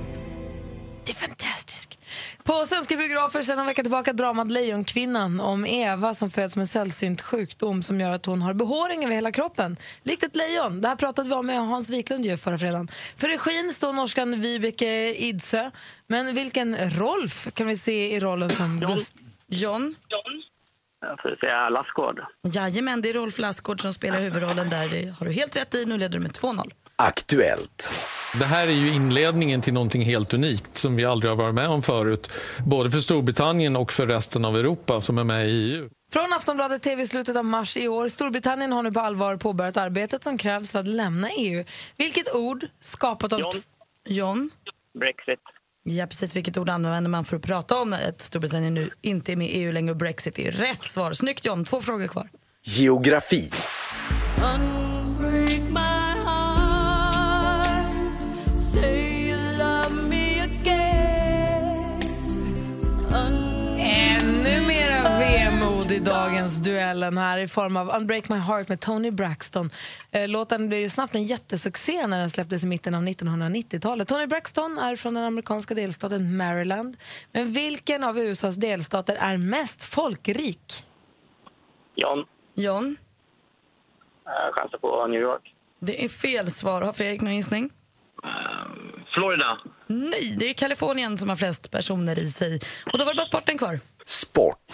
B: Det är fantastiskt. På svenska biografer sedan en vecka tillbaka dramat Lejonkvinnan om Eva som föds med sällsynt sjukdom som gör att hon har behåring över hela kroppen. Likt ett lejon. Det här pratade vi om med Hans Wiklund ju förra fredagen. För regin står norskan Vibeke Idsö. Men vilken Rolf kan vi se i rollen som Gust-
C: John?
I: Jag får säga Lassgård.
C: Jajamän, det är Rolf Lassgård som spelar huvudrollen där. Det har du helt rätt i. Nu leder du med 2-0.
O: Aktuellt. Det här är ju inledningen till någonting helt unikt som vi aldrig har varit med om förut. Både för Storbritannien och för resten av Europa som är med i E EU.
B: Från Aftonbladet TV i slutet av mars i år. Storbritannien har nu på allvar påbörjat arbetet som krävs för att lämna EU. Vilket ord skapat av...
C: John. John?
I: Brexit.
C: Ja, precis. Vilket ord använder man för att prata om att Storbritannien nu inte är med i EU längre och Brexit är rätt svar. Snyggt John, två frågor kvar.
N: Geografi.
M: Break my heart. Say you love me again.
B: Ännu mera Eh, vemod i dagens duellen här i form av Unbreak My Heart med Tony Braxton. Eh, Låten blev ju snabbt en jättesuccé när den släpptes i mitten av 1990-talet. Tony Braxton är från den amerikanska delstaten Maryland. Men vilken av USAs delstater är mest folkrik?
I: John.
C: John?
I: Jag chansar på New York.
C: Det är fel svar. Har Fredrik någon gissning?
L: Florida.
C: Nej, det är Kalifornien som har flest personer i sig. Och då var det bara sporten kvar.
N: Sport.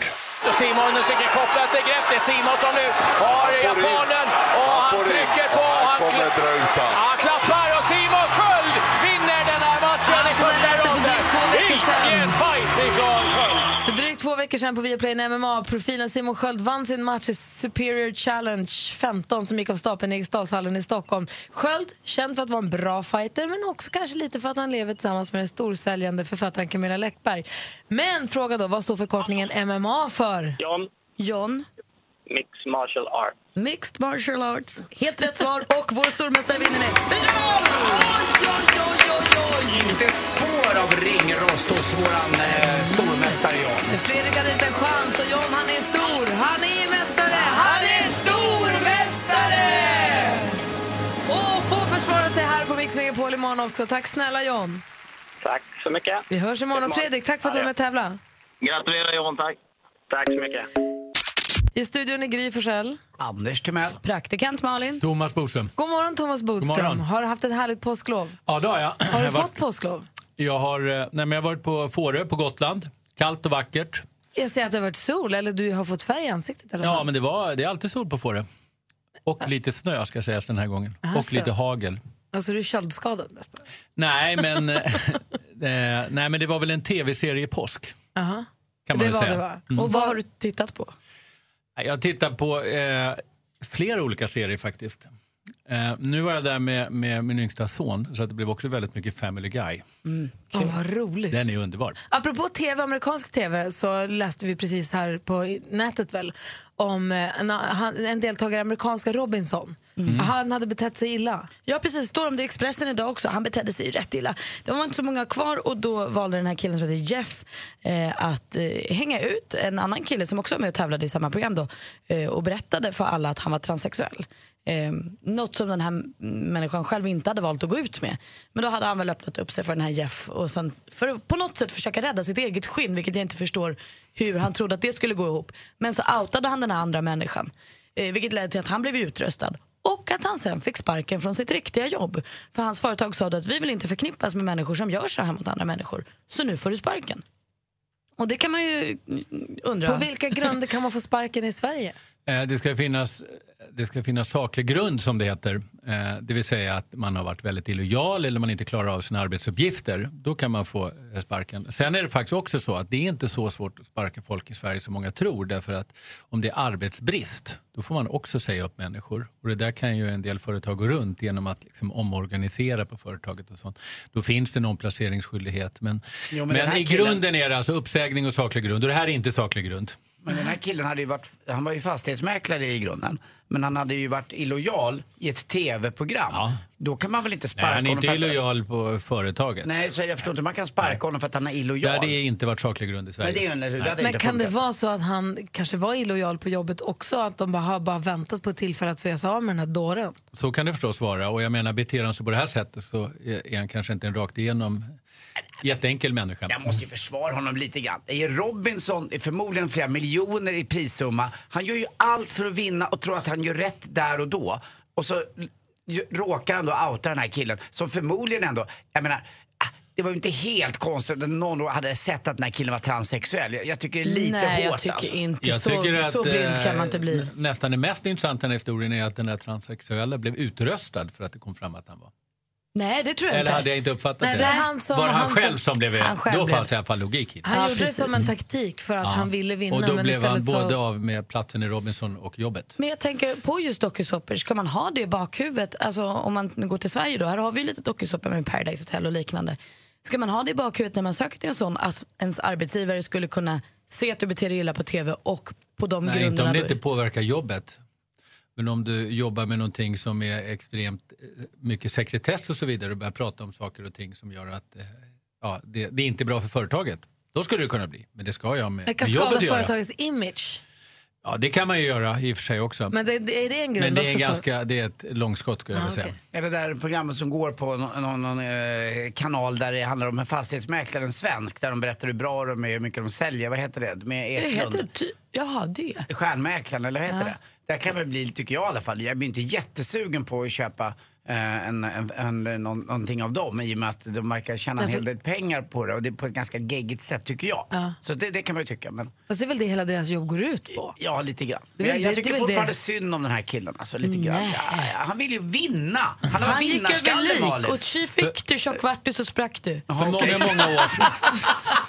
P: Och Simon försöker koppla ett grepp. Det är Simon som nu har japanen och han, trycker på. och Han,
F: kommer
P: kla-
F: dra ut han.
P: han klappar och Simon Sköld vinner den här matchen i första ronden. Vilken fight ifrån Sköld!
B: För drygt två veckor sedan på Viaplay när MMA-profilen Simon Sköld vann sin match i Superior Challenge 15 som gick av stapeln i Eriksdalshallen i Stockholm. Sköld, känd för att vara en bra fighter men också kanske lite för att han lever tillsammans med den storsäljande författaren Camilla Läckberg. Men fråga då, vad står förkortningen MMA för?
I: John.
C: John?
I: Mix Martial Arts.
C: Mixed martial arts. Helt rätt svar och vår stormästare vinner med 4-0!
D: Inte ett spår av ringrost hos våran eh, stormästare John.
B: Fredrik hade inte en chans och John han är stor. Han är mästare! Han är stormästare! Och får försvara sig här på Mix Megapol imorgon också. Tack snälla John.
I: Tack så mycket.
B: Vi hörs imorgon. Fredrik, tack för att du var med och tävla.
L: Gratulerar John, tack.
I: Tack så mycket.
B: I studion är Gry Forssell.
D: Anders Timell.
B: Praktikant Malin.
Q: Thomas Bodström.
B: God morgon Thomas
Q: God
B: Bodström.
Q: morgon.
B: Har du haft ett härligt påsklov?
Q: Ja, det har jag.
B: Har du
Q: jag, har
B: fått
Q: varit,
B: påsklov?
Q: jag, har, eh, nej, men jag har varit på Fårö på Gotland. Kallt och vackert.
B: Jag ser att det har varit sol eller du har fått färg i ansiktet. Eller?
Q: Ja, men det, var, det är alltid sol på Fårö.
C: Ah.
Q: Och lite snö ska sägas den här gången.
B: Alltså.
Q: Och lite hagel.
B: Alltså du är köldskadad mest.
Q: Nej men, eh, eh, nej, men det var väl en tv-serie påsk.
B: Aha.
Q: Kan man
C: det
Q: väl
C: var
Q: säga.
C: det va?
Q: Mm.
C: Och vad har du tittat på?
Q: Jag tittar på eh, flera olika serier faktiskt. Eh, nu var jag där med, med min yngsta son så att det blev också väldigt mycket Family Guy.
B: Åh, vad roligt.
Q: Den är underbar.
B: Apropå tv, amerikansk tv, så läste vi precis här på i- nätet väl om eh, en, han, en deltagare i amerikanska Robinson.
C: Mm.
B: Han hade betett sig illa.
C: Ja precis, står om det i Expressen idag också. Han betedde sig ju rätt illa. Det var inte så många kvar och då valde den här killen som heter Jeff eh, att eh, hänga ut en annan kille som också var med och tävlade i samma program då eh, och berättade för alla att han var transsexuell. Eh, något som den här m- människan själv inte hade valt att gå ut med. Men då hade han väl öppnat upp sig för den här Jeff och sen för att på något sätt försöka rädda sitt eget skinn vilket jag inte förstår hur han trodde att det skulle gå ihop. Men så outade han den här andra människan. Eh, vilket ledde till att han blev utröstad och att han sen fick sparken från sitt riktiga jobb. För hans företag sa då att vi vill inte förknippas med människor som gör så här mot andra människor. Så nu får du sparken. Och det kan man ju mm, undra.
B: På vilka grunder kan man få sparken i Sverige?
Q: Eh, Det ska, finnas, det ska finnas saklig grund som det heter. Eh, Det vill säga att man har varit väldigt illojal eller man inte klarar av sina arbetsuppgifter. Då kan man få eh, sparken. Sen är det faktiskt också så att det är inte så svårt att sparka folk i Sverige som många tror. Därför att om det är arbetsbrist, då får man också säga upp människor. Och det där kan ju en del företag gå runt genom att liksom omorganisera på företaget och sånt. Då finns det en omplaceringsskyldighet. Men,
D: Jo, men
Q: men,
D: den här
Q: i
D: killen-
Q: grunden är det alltså uppsägning och saklig grund. Och det här är inte saklig grund.
D: Men den här killen hade ju varit, han var ju fastighetsmäklare i grunden. Men han hade ju varit illojal i ett tv-program. Då kan man väl inte sparka
Q: Nej, han är
D: honom
Q: inte
D: för att...
Q: illojal på företaget.
D: Nej, så jag förstår inte. Man kan sparka honom för att han är
Q: Det
D: illojal.
Q: hade inte varit saklig grund i Sverige.
D: Men det är ju en- det hade
B: Men kan det vara så att han kanske var illojal på jobbet också? Att de bara har bara väntat på ett tillfälle att få göra sig av med den här dåren?
Q: Så kan det förstås vara. Och jag menar, beter han sig på det här sättet så är är han kanske inte en rakt igenom jätteenkel människa.
D: Jag måste ju försvara honom lite grann. Det är ju Robinson, det är förmodligen flera miljoner i prissumma. Han gör ju allt för att vinna och tror att han gör rätt där och då. Och så l- råkar han då outa den här killen som förmodligen ändå, jag menar, ah, det var ju inte helt konstigt att någon hade sett att den här killen var transsexuell. Jag, jag tycker det är lite
C: Nej, jag
D: hårt
C: tycker
D: alltså.
C: inte
Q: Jag tycker att, eh,
D: bli.
Q: nä- Nästan det mest intressanta i den här historien är att den här transsexuella blev utröstad för att det kom fram att han var.
C: Nej, det tror jag
Q: Eller
C: inte.
Q: hade jag inte uppfattat
B: Nej,
Q: det?
B: det är han som-
Q: var det han,
B: han
Q: själv
B: som-
Q: som blev...
B: han själv
Q: då
B: blev-
Q: fanns det i alla fall logik i det.
B: Han gjorde det som en taktik för att
Q: Ja.
B: han ville vinna.
Q: Och då
B: men
Q: blev han
B: istället så...
Q: både av med platsen i Robinson och jobbet.
C: Men jag tänker på just dokusåpor, ska man ha det i bakhuvudet? Alltså om man går till Sverige då, här har vi ju lite dokusåpor med Paradise Hotel och liknande. Ska man ha det i bakhuvudet när man söker till en sån att ens arbetsgivare skulle kunna se att du beter dig illa på TV och på de
Q: Nej, inte
C: grunderna
Q: om det
C: då?
Q: inte påverkar jobbet. Men om du jobbar med någonting som är extremt eh, mycket sekretess och så vidare och börjar prata om saker och ting som gör att eh, ja, det, det är inte bra för företaget. Då skulle det kunna bli, men det ska jag med,
B: Det
Q: med
B: kan
Q: jobbet
B: skada
Q: att göra.
B: företagets image.
Q: Ja, det kan man ju göra i och för sig också.
B: Men det, det, är det en grund
Q: Men det är,
B: också?
Q: en
B: för- Ah,
Q: ganska, det är ett långskott skulle jag vilja säga.
D: Är det där programmet som går på någon, någon, någon eh, kanal där det handlar om en fastighetsmäklare, en svensk, där de berättar hur bra de är, hur mycket de säljer. Vad heter det? Med
C: Det
D: Eklund.
C: heter ty- Jaha, det.
D: Stjärnmäklaren, eller vad heter det? Där kan man bli, tycker jag i alla fall, jag blir inte jättesugen på att köpa eh, en, en, en, någon, någonting av dem i och med att de verkar tjäna en
B: Därför-
D: hel del pengar på det och det är på ett ganska geggigt sätt tycker jag.
B: Ja.
D: Så det, det kan man ju tycka. Men
B: Fast det är väl det hela deras jobb går ut på?
D: ja, lite grann.
B: Det
D: Men
B: är
D: jag,
B: väl
D: jag
B: det- det
D: tycker
B: är väl
D: fortfarande
B: det.
D: synd om den här killen. Alltså, lite grann.
C: Nej.
D: Ja, ja, han vill ju vinna! Han har
C: Han gick över
D: vinnarskalle
C: lik
D: Malin.
C: och tji fick du, tjock vart du så sprack du.
Q: För många, många år sedan.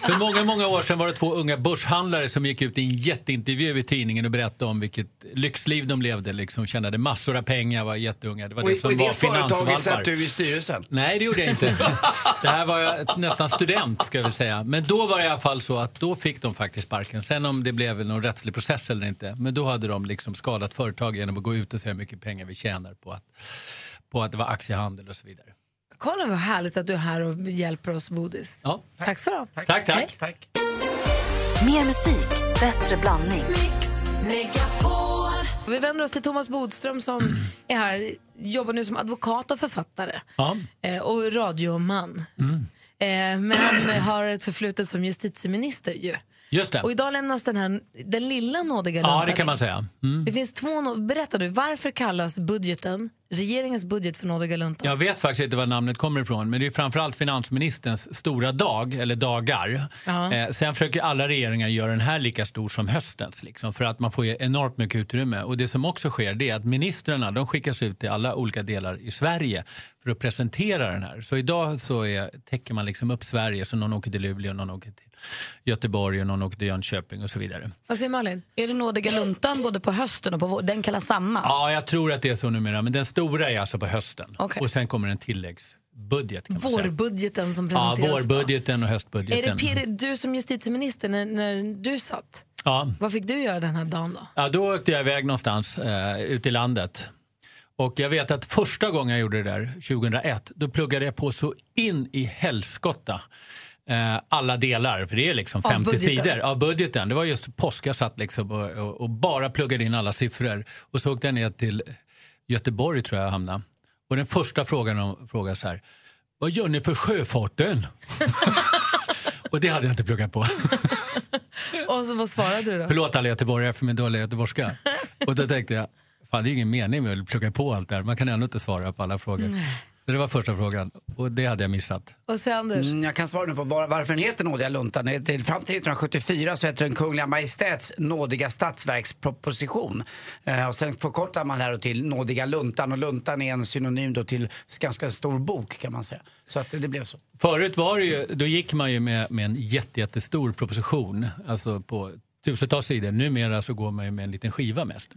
Q: För många, många år sedan var det två unga börshandlare som gick ut i en jätteintervju i tidningen och berättade om vilket lyxliv de levde. Liksom, tjänade massor av pengar, var jätteunga. Det var
D: Och i-
Q: det som
D: och i det
Q: var
D: företaget
Q: finansvalpar.
D: satt du i styrelsen?
Q: Nej, det gjorde jag inte. Det här var jag nästan student, ska jag väl säga. Men då var det i alla fall så att då fick de faktiskt sparken. Sen om det blev någon rättslig process eller inte, men då hade de liksom skadat företag genom att gå ut och säga hur mycket pengar vi tjänar på att, på att det var aktiehandel och så vidare.
B: Kolla vad härligt att du är här och hjälper oss bodis.
Q: Ja.
B: Tack så du
Q: Tack, tack.
B: Hej.
D: tack.
E: Mer musik, bättre blandning.
B: Vi vänder oss till Thomas Bodström som är här, jobbar nu som advokat och författare
Q: Ja. Mm.
B: eh, och radioman. Eh, men han har ett förflutet som justitieminister ju.
Q: Just det.
B: Och idag lämnas den här, den lilla nådiga
Q: Ja,
B: luntan
Q: det kan man säga. Mm.
B: Det finns två, nå- berätta nu, varför kallas budgeten Regeringens budget för nådiga luntan.
Q: Jag vet faktiskt inte var namnet kommer ifrån, men det är framförallt finansministerns stora dag, eller dagar.
B: Ja.
Q: Eh, sen försöker alla regeringar göra den här lika stor som höstens, liksom, för att man får ju enormt mycket utrymme. Och det som också sker det är att ministrarna de skickas ut till alla olika delar i Sverige för att presentera den här. Så idag så är, täcker man liksom upp Sverige, så någon åker till Luleå, någon åker till Göteborg och någon åker till Jönköping och så vidare.
B: Vad säger Malin?
C: Är det nådiga luntan både på hösten och på våren? Den kallas samma?
Q: Ja, jag tror att det är så numera, men den stora är alltså på hösten. Och sen kommer en tilläggsbudget kan man säga.
B: Vårbudgeten som
Q: Ja,
B: presenteras.
Q: vårbudgeten och
B: Är det
Q: höstbudgeten.
B: pirr, du som justitieminister, när, när du satt,
Q: ja.
B: vad fick du göra den här dagen då?
Q: ja, då åkte jag iväg någonstans eh, ute i landet. Och jag vet att första gången jag gjorde det där, 2001, då pluggade jag på så in i helskotta. Eh, alla delar, för det är liksom
P: Av
Q: 50
P: budgeten.
Q: sidor av budgeten. Det var just påsk jag satt liksom och, och, och bara pluggade in alla siffror. Och så åkte jag ner till Göteborg tror jag jag hamnade. Och den första frågan de frågade så här, vad gör ni för sjöfarten? och det hade jag inte pluggat på.
B: Och så vad svarade du då?
Q: Förlåt alla göteborgare för min dåliga göteborgska. Och då tänkte jag, fan det är ju ingen mening med att plugga på allt det här. Man kan ändå inte svara på alla frågor.
B: Nej.
Q: Så det var första frågan och det hade jag missat.
B: Och så Anders?
D: Mm, jag kan svara nu på var, varför den heter Nådiga luntan. Det är Till, fram till 1974 så hette den Kungliga Majestäts nådiga statsverksproposition. Eh, och sen förkortar man här då till Nådiga luntan och luntan är en synonym då till ganska stor bok kan man säga. Så att det, det blev så.
Q: Förut var det ju, då gick man ju med, med en jätte, jättestor proposition, alltså på tusentals sidor. Numera så går man ju med en liten skiva mest.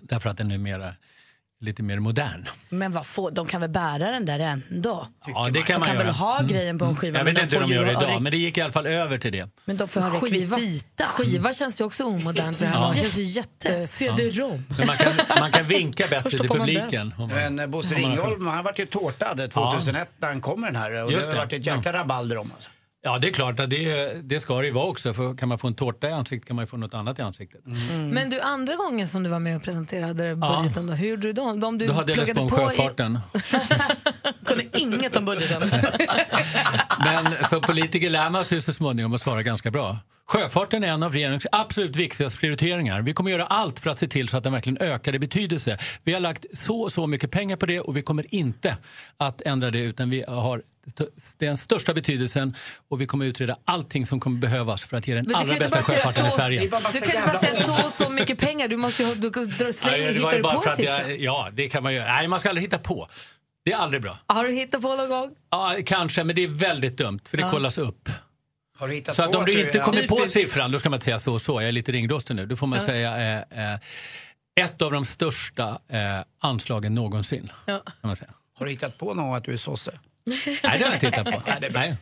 Q: Därför att den numera är lite mer modern.
C: Men vad får, de kan väl bära den där ändå?
Q: Ja, det
C: de
Q: kan man
C: kan
Q: göra.
C: väl ha
Q: Mm.
C: grejen på en skiva?
Q: Jag
C: men
Q: vet inte
C: får
Q: hur de
C: ju
Q: gör det
C: ha-
Q: idag, men det gick i alla fall över till det.
C: Men de får ha rekvisit.
B: Skiva känns ju också omodernt. Ja.
Q: Ja.
B: Det känns ju jätte...
C: CD-rom.
Q: Men man kan, man kan vinka bättre till
D: stoppar man
Q: publiken.
D: den?
Q: om man-
D: Men eh, Bosse
Q: om man har-
D: Ringholm, han vart ju tårtad 2001 när han kom med den här. Och
Q: Just
D: det
Q: det.
D: har varit ett jäkla rabalder om alltså.
Q: Ja, det är klart. Att det, det ska det ju vara också. För kan man få en tårta i ansiktet kan man ju få något annat i ansiktet.
B: Mm. Men du, andra gången som du var med och presenterade
Q: Mm. Ja.
B: budgeten, då, hur gjorde du då? Om du
Q: Då hade jag läst på om
B: på i-
Q: sjöfarten.
C: kunde inget om budgeten.
Q: Men som politiker lär man sig så småningom att svara ganska bra. Sjöfarten är en av regeringens absolut viktigaste prioriteringar. Vi kommer göra allt för att se till så att den verkligen ökar i betydelse. Vi har lagt så och så mycket pengar på det och vi kommer inte att ändra det utan vi har t- den största betydelsen och vi kommer utreda allting som kommer behövas för att ge den
B: Men du kan
Q: allra
B: ju inte
Q: bästa
B: bara säga
Q: sjöfarten i
B: så,
Q: Sverige.
B: du kan ju inte bara säga så och så mycket pengar. Du måste ju ha- du, du,
Q: Ja,
B: slänger,
Q: det
B: hittar
Q: var ju
B: du
Q: bara
B: på
Q: för att
B: siffran?
Q: jag, Ja, det kan man göra. Nej, man ska aldrig hitta på. Det är aldrig bra.
B: Har du hittat på någon gång?
Q: Ja, kanske, men det är väldigt dumt för det
B: Ja.
Q: kollas upp.
D: Har du hittat
Q: Så att
D: på
Q: om du
D: du
Q: inte
D: är-
Q: kommer på
D: Typiskt.
Q: siffran, då ska man inte säga så och så. Jag är lite ringrostig nu. Då får man
D: Ja.
Q: säga eh, eh, ett av de största eh, anslagen någonsin.
C: Ja.
Q: Kan man säga.
D: Har du hittat på någon att du är sosse?
Q: Nej, det har jag inte hittat på.
D: Nej, det är bra.
Q: Nej.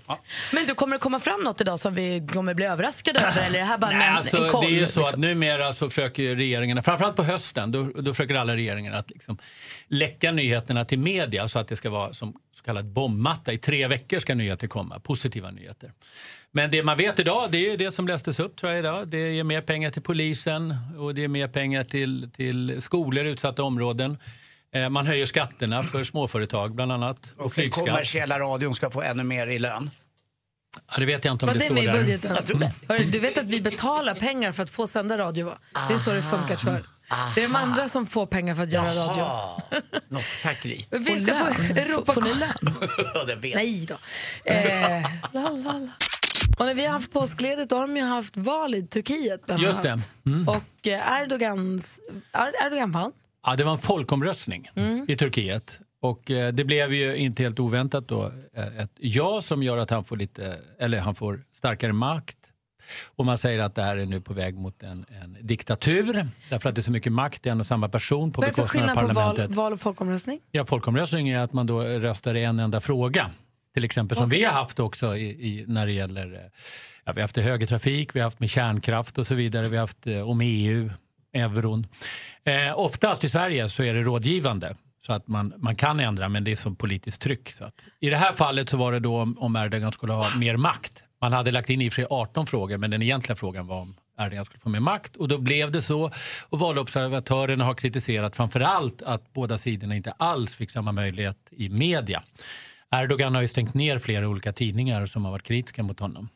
C: Men du, kommer det komma fram något idag som vi kommer bli överraskade över? Eller är det här bara
Q: Nej,
C: en,
Q: alltså,
C: en koll?
Q: det är ju så
C: liksom?
Q: att numera så försöker ju regeringarna, framförallt på hösten, då, då försöker alla regeringar att liksom läcka nyheterna till media så att det ska vara som så kallad bombmatta. I tre veckor ska nyheter komma, positiva nyheter. Men det man vet idag, det är ju det som lästes upp tror jag idag. Det ger mer pengar till polisen och det är mer pengar till, till skolor i utsatta områden. Eh, Man höjer skatterna för småföretag bland annat. Och,
D: Och den
Q: flygskatt.
D: kommersiella radion ska få ännu mer i lön.
Q: Ja, det vet jag inte om
B: Var
Q: det
B: det
Q: står
B: med i
Q: där.
B: budgeten? Hörru, Du vet att vi betalar pengar för att få sända radio va? Det är så det funkar tror jag. Det är de andra som får pengar för att göra radio.
D: Nå, tack Gry.
B: Vi ska få Europa... Får ni
D: Ja, det vet.
B: Nej då. Eh, la, la, la. Och när vi har haft påskledigt då har de ju haft val i Turkiet bland
Q: Just det.
B: annat.
Q: Mm.
B: Och eh, Erdogans... Er, Erdogan vann.
Q: Ja, det var en folkomröstning
B: Mm.
Q: i Turkiet. Och eh, det blev ju inte helt oväntat då eh, ett ja som gör att han får, lite, eller han får starkare makt. Och man säger att det här är nu på väg mot en, en diktatur därför att det är så mycket makt i en och samma person på
B: Vad är det för
Q: bekostnad av
B: skillnad på val,
Q: parlamentet.
B: val och folkomröstning?
Q: Ja, folkomröstning är att man då röstar i en enda fråga. Till exempel som vi har haft också i, i, när det gäller, eh, ja, vi har haft det högertrafik, vi har haft med kärnkraft och så vidare, vi har haft eh, om EU, euron. Eh, oftast i Sverige så är det rådgivande så att man, man kan ändra men det är som politiskt tryck. Så att, I det här fallet så var det då om, om Erdogan skulle ha mer makt. Man hade lagt in i och för sig 18 frågor men den egentliga frågan var om Erdogan skulle få mer makt och då blev det så. Och valobservatörerna har kritiserat framför allt att båda sidorna inte alls fick samma möjlighet i media. Erdogan har ju stängt ner flera olika tidningar som har varit kritiska mot honom.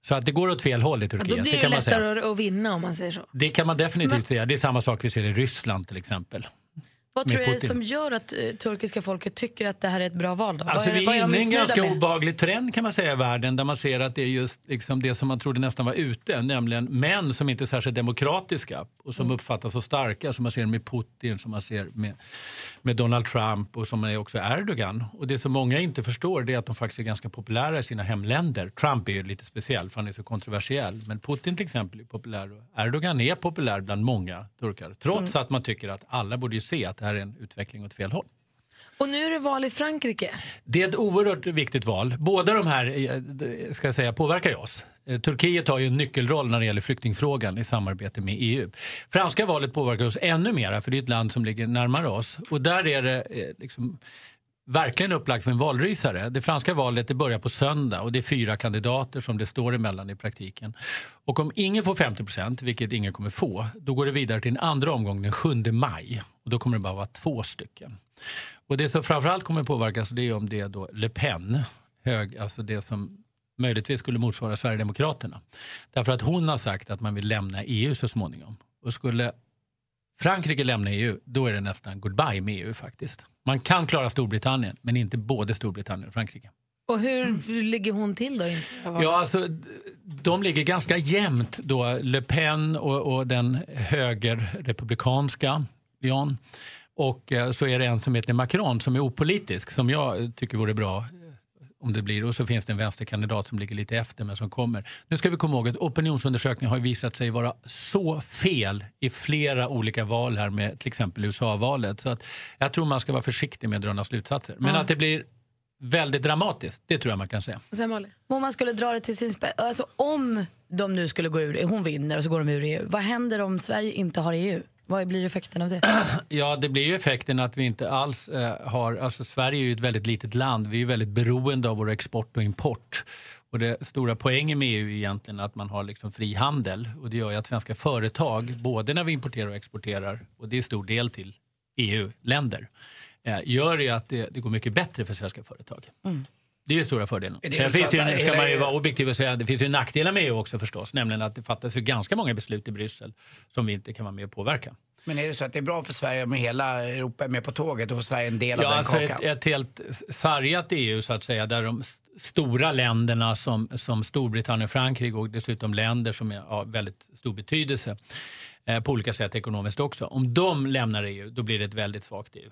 Q: Så att det går åt fel håll i
B: Ja,
Q: Turkiet.
B: då blir
Q: det
B: det,
Q: kan man säga.
B: lättare att- att vinna om man säger så.
Q: Det kan man definitivt säga. Det är samma sak vi ser i Ryssland till exempel.
C: Vad
Q: med
C: tror du är det
Q: Putin.
C: som gör att eh, turkiska folket tycker att det här är ett bra val? Då?
Q: Alltså,
C: vad är,
Q: vi
C: vad är
Q: är
C: de
Q: inne i en
C: missnöjda
Q: ganska
C: med?
Q: obehaglig trend kan man säga i världen där man ser att det är just liksom det som man trodde nästan var ute, nämligen män som inte är särskilt demokratiska och
C: Mm.
Q: som uppfattas så starka som man ser med Putin, som man ser med, med Donald Trump och som man är också Erdogan. Och det som många inte förstår det är att de faktiskt är ganska populära i sina hemländer. Trump är ju lite speciell för han är så kontroversiell. Men Putin till exempel är populär och Erdogan är populär bland många turkar.
C: Mm.
Q: Trots att man tycker att alla borde ju se att det här är en utveckling åt fel håll.
B: Och nu är det val i Frankrike.
Q: Det är ett oerhört viktigt val. Båda de här eh, d- ska jag säga, påverkar ju oss. Eh, Turkiet har ju en nyckelroll när det gäller flyktingfrågan i samarbete med EU. Franska valet påverkar oss ännu mer, för det är ett land som ligger närmare oss. Och där är det eh, liksom, verkligen upplagt för en valrysare. Det franska valet det börjar på söndag och det är fyra kandidater som det står emellan i praktiken. Och om ingen får 50 procent, vilket ingen kommer få, då går det vidare till en andra omgång den 7 maj. Och då kommer det bara vara två stycken. Och det som framförallt kommer påverkas det är om det är då Le Pen, hög, alltså det som möjligtvis skulle motsvara Sverigedemokraterna. Därför att hon har sagt att man vill lämna EU så småningom. Och skulle Frankrike lämnar EU, då är det nästan goodbye med EU faktiskt. Man kan klara Storbritannien, men inte både Storbritannien och Frankrike.
B: Och hur ligger hon till då? inför valet?
Q: Ja, alltså, d- de ligger ganska jämnt då, Le Pen och, och den högerrepublikanska Lyon. Och eh, så är det en som heter Macron som är opolitisk, som jag tycker vore bra om det blir. Och så finns det en vänsterkandidat som ligger lite efter men som kommer. Nu ska vi komma ihåg att opinionsundersökningar har ju visat sig vara så fel i flera olika val här med till exempel USA-valet. Så att jag tror man ska vara försiktig med att dra några slutsatser. Men att det blir väldigt dramatiskt, det tror jag man kan säga.
C: Om man skulle dra det till sin spe- alltså om de nu skulle gå ur, hon vinner och så går de ur EU, vad händer om Sverige inte har EU? Vad blir effekten av det?
Q: Ja, det blir ju effekten att vi inte alls eh, har... Alltså Sverige är ju ett väldigt litet land. Vi är ju väldigt beroende av vår export och import. Och det stora poängen med EU är egentligen att man har liksom fri handel. Och det gör ju att svenska företag, både när vi importerar och exporterar, och det är stor del till EU-länder, eh, gör ju att det, det går mycket bättre för svenska företag. Det är ju stora fördelen.
D: Mm. Det är
Q: Sen
D: väl
Q: finns det
D: så
Q: ju,
D: att eh,
Q: nu ska
D: hela
Q: man ju
D: EU
Q: vara objektiv och säga att det finns ju nackdelar med EU också förstås. Nämligen att det fattas ju ganska många beslut i Bryssel som vi inte kan vara med och påverka.
D: Men är det så att det är bra för Sverige om hela Europa är med på tåget och får Sverige en del av
Q: Ja,
D: den
Q: alltså
D: kakan?
Q: ett, ett helt s- sargat EU så att säga, där de s- stora länderna som, som Storbritannien och Frankrike och dessutom länder som är av väldigt stor betydelse eh, på olika sätt ekonomiskt också. Om de lämnar EU, då blir det ett väldigt svagt E EU.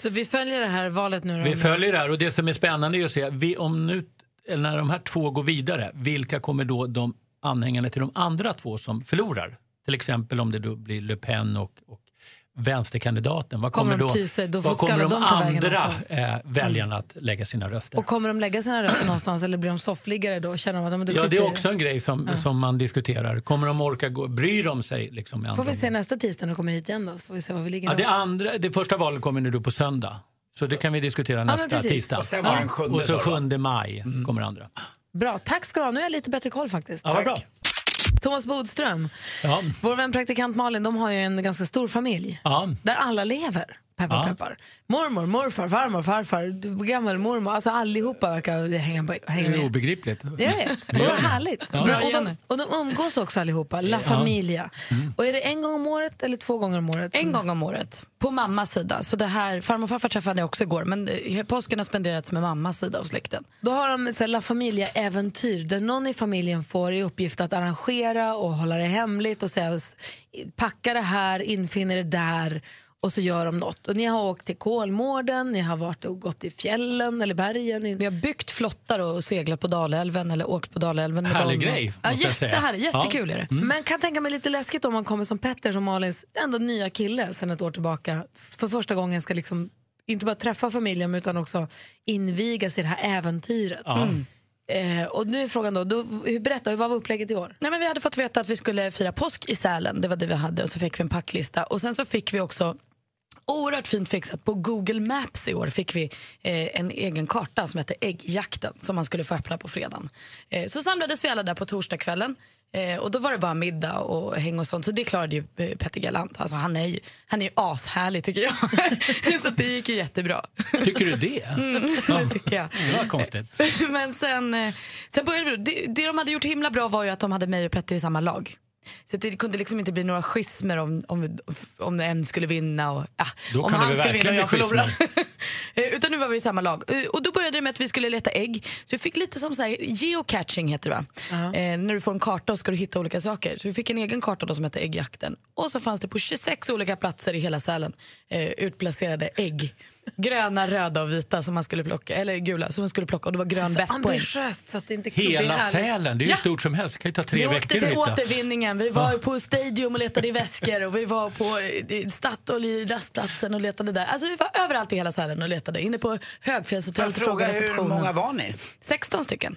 B: Så vi följer det här valet nu då?
Q: Vi följer det här och det som är spännande är att se vi, om nu, eller när de här två går vidare, vilka kommer då de anhängarna till de andra två som förlorar? Till exempel om det då blir Le Pen och, och vänsterkandidaten. Vad
B: Kommer
Q: kommer,
B: de
Q: då,
B: ty sig? Då får
Q: vad kommer
B: skalla
Q: de
B: de ta vägen
Q: andra
B: någonstans. Mm.
Q: eh, väljarna att lägga sina röster?
B: Och kommer de lägga sina röster någonstans eller blir de soffliggare då? Känner de att, ja, men då
Q: Ja,
B: skiter
Q: det
B: jag
Q: är
B: i
Q: också en grej som,
B: Ja.
Q: som man diskuterar. Kommer de orka gå, bryr de sig? Liksom, med
B: Får
Q: andra
B: vi se nästa tisdag när du kommer hit igen då? Så får vi se var vi ligger
Q: Ja,
B: då.
Q: det, andra, det första valet kommer nu då på söndag. Så det kan vi diskutera
B: men
Q: nästa
B: precis.
Q: tisdag.
B: Och sen var det den sjunde,
Q: Och så
B: sa du, va? Mm.
Q: 7 maj kommer andra.
B: Bra, tack ska du ha. Nu har jag lite bättre koll faktiskt.
Q: Ja, vad bra.
B: Thomas Bodström,
Q: Ja.
B: vår vän praktikant Malin, de har ju en ganska stor familj.
Q: Ja.
B: Där alla lever. Peppar,
Q: Ja.
B: peppar. Mormor, morfar, farmor, farfar, gammelmormor. Alltså allihopa verkar hänga, på, hänga
Q: Det är
B: med.
Q: obegripligt.
B: Jag vet. Och Vad härligt.
Q: Ja.
B: Men, och, de, och de umgås också allihopa, La
C: Ja.
B: Familia.
Q: Mm.
B: Och är det en gång om året eller två gånger om året?
C: En gång om året, på mammas sida. Så det här, farmor och farfar träffade jag också igår, men eh, påsken har spenderats med mammas sida av släkten.
B: Då har de så här, La Familia-äventyr där någon i familjen får i uppgift att arrangera och hålla det hemligt och säga s- packa det här, infinna det där och så gör de något. Och ni har åkt till Kolmården, ni har varit och gått i fjällen eller bergen. Ni... Vi har byggt flottar och seglat på Dalälven eller åkt på Dalälven
C: med Härlig dem. grej,
B: Ja,
C: måste jag säga.
B: jättehärligt,
C: Ja.
B: jättekul är det.
C: Mm.
B: Men kan tänka mig lite läskigt om man kommer som Petter, som Malins ändå nya kille sen ett år tillbaka, s- för första gången ska liksom inte bara träffa familjen utan också invigas i det här äventyret.
C: Ja.
B: Mm. Eh, och nu är frågan då, då hur- berätta, vad var upplägget i år?
C: Nej, men vi hade fått veta att vi skulle fira påsk i Sälen. Det var det vi hade. Och så fick vi en packlista. Och sen så fick vi också Oerhört fint fixat. På Google Maps i år fick vi eh, en egen karta som hette Äggjakten som man skulle få öppna på fredagen. Eh, så samlades vi alla där på torsdagskvällen eh, och då var det bara middag och häng och sånt. Så det klarade ju eh, Petter Galant. Alltså, han, är ju, han är ju ashärlig tycker jag. så det gick ju jättebra.
Q: Tycker du det?
C: Mm, det tycker jag.
Q: Det var konstigt.
C: Men sen, eh, sen började vi, det, det de hade gjort himla bra var ju att de hade mig och Petter i samma lag. Så att det kunde liksom inte bli några schismer om, om, om en skulle vinna och ja,
Q: Då
C: om
Q: kan det
C: han
Q: väl
C: skulle vinna och
Q: verkligen
C: jag
Q: bli
C: förlorade. Eh, Utan nu var vi i samma lag. Eh, Och då började det med att vi skulle leta ägg. Så vi fick lite som så här, geocaching heter det va? Eh, när du får en karta och ska du hitta olika saker. Så vi fick en egen karta då som hette äggjakten. Och så fanns det på 26 olika platser i hela Sälen eh, utplacerade ägg. Gröna, röda och vita som man skulle plocka. Eller gula som man skulle plocka. Och det var grön
B: Så
C: bäst på en.
B: ambitiöst så att det inte
Q: Hela Sälen, det är ju
C: Ja.
Q: stort som helst. Det kan ju ta tre
C: Vi
Q: veckor
C: åkte
Q: att
C: till
Q: hitta.
C: återvinningen, vi var
Q: Ja.
C: på Stadium och letade i väskor och vi var på eh, Statoil i rastplatsen och letade där. Alltså vi var överallt i hela Sälen och letade. Inne på
D: Jag
C: Högfjällshotellet
D: frågar
C: frågade
D: hur
C: receptionen.
D: många var ni?
C: 16 stycken.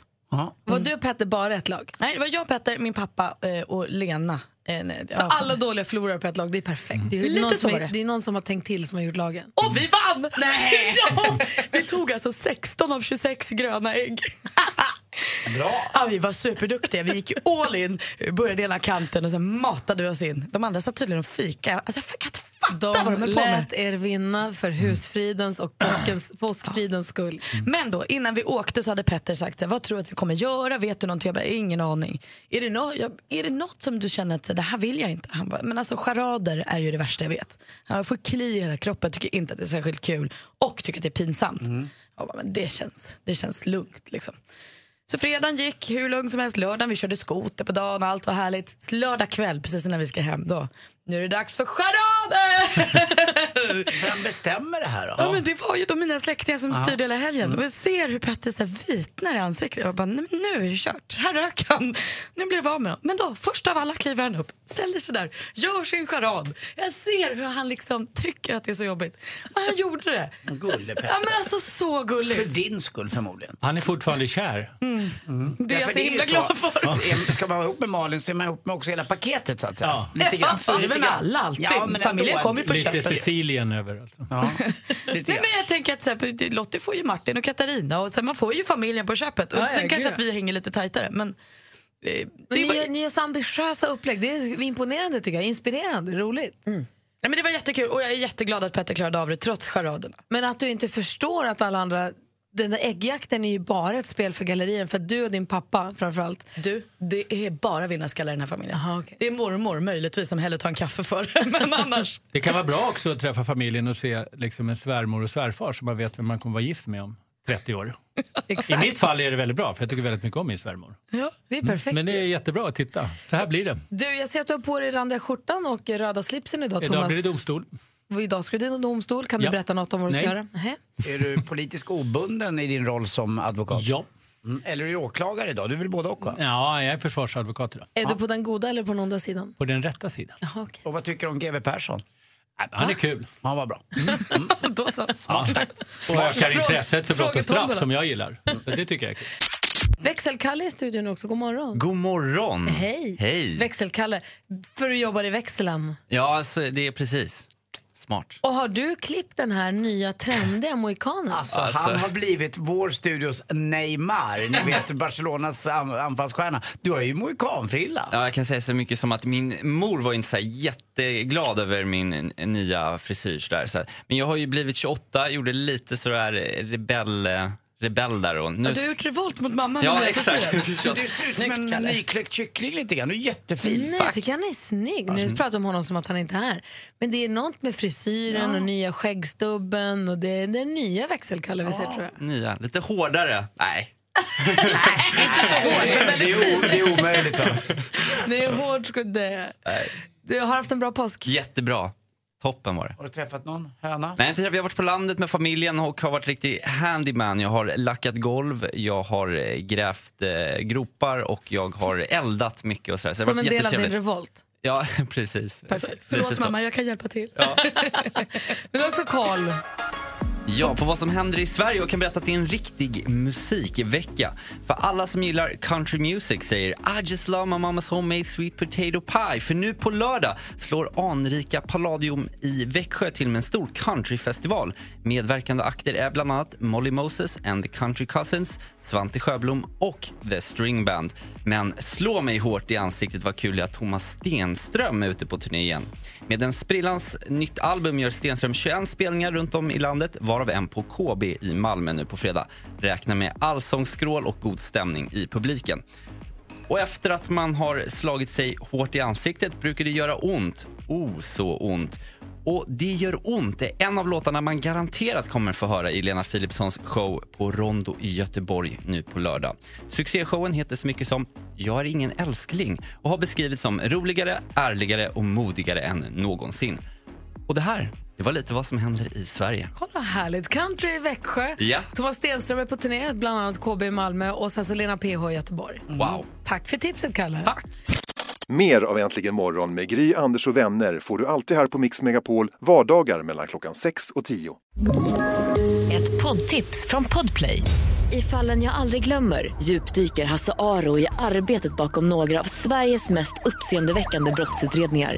B: Var du och Petter bara ett lag?
C: Nej, det var jag, Petter, min pappa eh, och Lena. Eh, nej,
B: Så
C: ja.
B: alla dåliga förlorar på ett lag, det är perfekt. Det, är ju
C: Mm. Lite
B: någon som
C: så var
B: är,
C: det.
B: det är någon som har tänkt till som har gjort lagen.
C: Och vi vann!
B: Nej.
C: ja, vi tog alltså 16 av 26 gröna ägg.
D: Bra.
C: Ja, vi var superduktiga. Vi gick ju all in, började ena kanten och sen matade vi oss in. De andra satt tydligen och fika. Alltså, jag kan inte fatta vad de höll på med.
B: Lät er vinna för husfridens och
C: Mm.
B: påskens, påskfridens skull.
C: Men då, innan vi åkte så hade Petter sagt så här, vad tror du att vi kommer göra? Vet du någonting? Jag bara, ingen aning. Är det, nå jag, är det något som du känner att så, det här vill jag inte? Han bara, men alltså charader är ju det värsta jag vet. Han bara, Jag får kli i hela kroppen, tycker inte att det är särskilt kul och tycker att det är pinsamt. Jag bara, men det känns, det känns lugnt liksom. Så fredagen gick hur lugnt som helst. Lördagen vi körde skoter på dagen och allt var härligt. Lördag kväll, precis innan vi ska hem då. Nu är det dags för charader!
D: Vem bestämmer det här då?
C: Ja, men det var ju då mina släktingar som
D: Ja.
C: styrde hela helgen. Och jag ser hur Petter så här vitnar i ansiktet. Jag bara, "Nej, men nu är det kört. Här rök han. Nu blev vi av med honom. Men då, först av alla kliver han upp, ställer sig där, gör sin charad. Jag ser hur han liksom tycker att det är så jobbigt. Men han gjorde det.
D: Gullepetter.
C: Ja, men alltså så gulligt.
D: För din skull förmodligen.
Q: Han är fortfarande kär.
C: Mm. Det är jag
D: Därför
C: så
D: det
C: himla
D: ju
C: glad för.
D: Ja, Ska man vara ihop med Malin så är man ihop med också hela paketet så att säga.
C: Ja, så är det väl med alla alltid. Familjen kommer ju på
Q: Lite
C: köpet.
Q: Sicilien över alltså.
C: Nej, men jag tänker att så här, Lottie får ju Martin och Katarina och sen man får ju familjen på köpet. Och
B: Ja, ja,
C: sen
B: gud,
C: kanske
B: ja.
C: att vi hänger lite tajtare. Men, eh, det
B: Men ni,
C: var-
B: gör- ni gör så ambitiösa upplägg. Det är imponerande tycker jag. Inspirerande, roligt.
Q: Mm.
C: Nej, men det var jättekul och jag är jätteglad att Petter klarade av det trots charaderna.
B: Men att du inte förstår att alla andra... Den där äggjakten är ju bara ett spel för gallerien, för du och din pappa framförallt.
C: Du, det är bara vinnarskallar i den här familjen. Det är mormor möjligtvis som hellre tar en kaffe för. men annars.
Q: Det kan vara bra också att träffa familjen och se liksom en svärmor och svärfar så man vet vem man kommer vara gift med om 30 år. I
B: Exakt.
Q: mitt fall är det väldigt bra för jag tycker väldigt mycket om min svärmor.
C: Ja,
B: det är
Q: Mm.
B: perfekt.
Q: Men det är jättebra att titta. Så här blir det.
B: Du, jag ser att du har på dig randiga skjortan och röda slipsen idag,
Q: Idag
B: Thomas.
Q: blir det domstol.
B: Och Idag ska du till domstol. Kan du
D: Ja.
B: berätta något om vad du ska
D: Nej.
B: göra? Nej.
D: Är du politisk obunden i din roll som advokat?
Q: Ja.
D: Mm. Eller är du åklagare idag? Du vill både och va?
Q: Ja, jag är försvarsadvokat idag.
B: Är du på den goda eller på den onda sidan?
Q: På den rätta sidan.
D: Och vad tycker du om GW Persson?
Q: Han är kul.
D: Han var bra.
C: Då så.
Q: Smart. Och ökar intresset för brott och straff som jag gillar. Så det tycker jag är kul.
B: Växelkalle är i studion också. God morgon.
R: God morgon!
B: Hej.
R: Hej!
B: Växelkalle, för du jobbar i växeln.
R: ja, alltså, det är precis. Smart.
B: Och har du klippt den här nya trendiga mohikanen?
R: Alltså,
D: Så Alltså, han har blivit vår studios Neymar, ni vet Barcelonas an- anfallsstjärna. Du har ju mohikanfrilla.
R: Ja, jag kan säga så mycket som att min mor var inte så här jätteglad över min n- nya frisyr. Så där. Så, här, men jag har ju blivit 28, gjorde lite sådär rebell, eh, rebell där. Och nu,
C: Du har gjort revolt mot mamma
R: Ja,
C: med den här
R: exakt.
C: frisyren.
R: Du ser ut
D: som en nykläckt kyckling lite grann. Du är jättefin.
B: Nej, jag tycker han är snygg.
R: Alltså.
B: Nu pratar om honom som att han inte är här. Men det är något med frisyren
R: Ja.
B: och nya skäggstubben och det är den nya växelkalle vi ser tror jag.
R: nya, lite hårdare. Nej.
D: Det är, o- det är omöjligt. Va?
B: Det är hårt ska det. Du har haft en bra påsk.
R: Jättebra. Toppen var det.
D: Har du träffat någon höna?
R: Nej, inte träff- jag har varit på landet med familjen och har varit riktig handyman. Jag har lackat golv, jag har eh, grävt eh, gropar och jag har eldat mycket. Och sådär. Så det har
B: Som en
R: varit
B: del av din
R: jättetrevligt.
B: revolt.
R: Ja, precis. Lite
C: Förlåt
R: så.
C: mamma, jag kan hjälpa till.
R: Ja.
B: Men du har också koll.
R: Ja, på vad som händer i Sverige och kan berätta att det är en riktig musikvecka. För alla som gillar country music säger I just love my mama's homemade sweet potato pie. För nu på lördag slår anrika Palladium i Växjö till med en stor countryfestival. Medverkande akter är bland annat Molly Moses and the Country Cousins, Svante Sjöblom och The String Band. Men slå mig hårt i ansiktet vad kul det är att Thomas Stenström är ute på turné igen. Med en sprillans nytt album gör Stenström 21 spelningar runt om i landet varav en på KB i Malmö nu på fredag. Räkna med allsångsskrål och god stämning i publiken. Och efter att man har slagit sig hårt i ansiktet brukar det göra ont. Oh, så ont. Och Det gör ont är en av låtarna man garanterat kommer få höra i Lena Philipssons show på Rondo i Göteborg nu på lördag. Succéshowen heter så mycket som “Jag är ingen älskling” och har beskrivits som roligare, ärligare och modigare än någonsin. Och det här, det var lite vad som händer i Sverige.
A: Kolla vad härligt. Country i Växjö.
R: Ja.
A: Thomas Stenström är på turné, bland annat KB i Malmö och sen så Lena PH i Göteborg.
G: Wow.
A: Tack för tipset, Kalle.
G: Mer av Äntligen morgon med Gry, Anders och vänner får du alltid här på Mix Megapol vardagar mellan klockan 6 och 10.
E: Ett poddtips från Podplay. I fallen jag aldrig glömmer djupdyker Hasse Aro i arbetet bakom några av Sveriges mest uppseendeväckande brottsutredningar.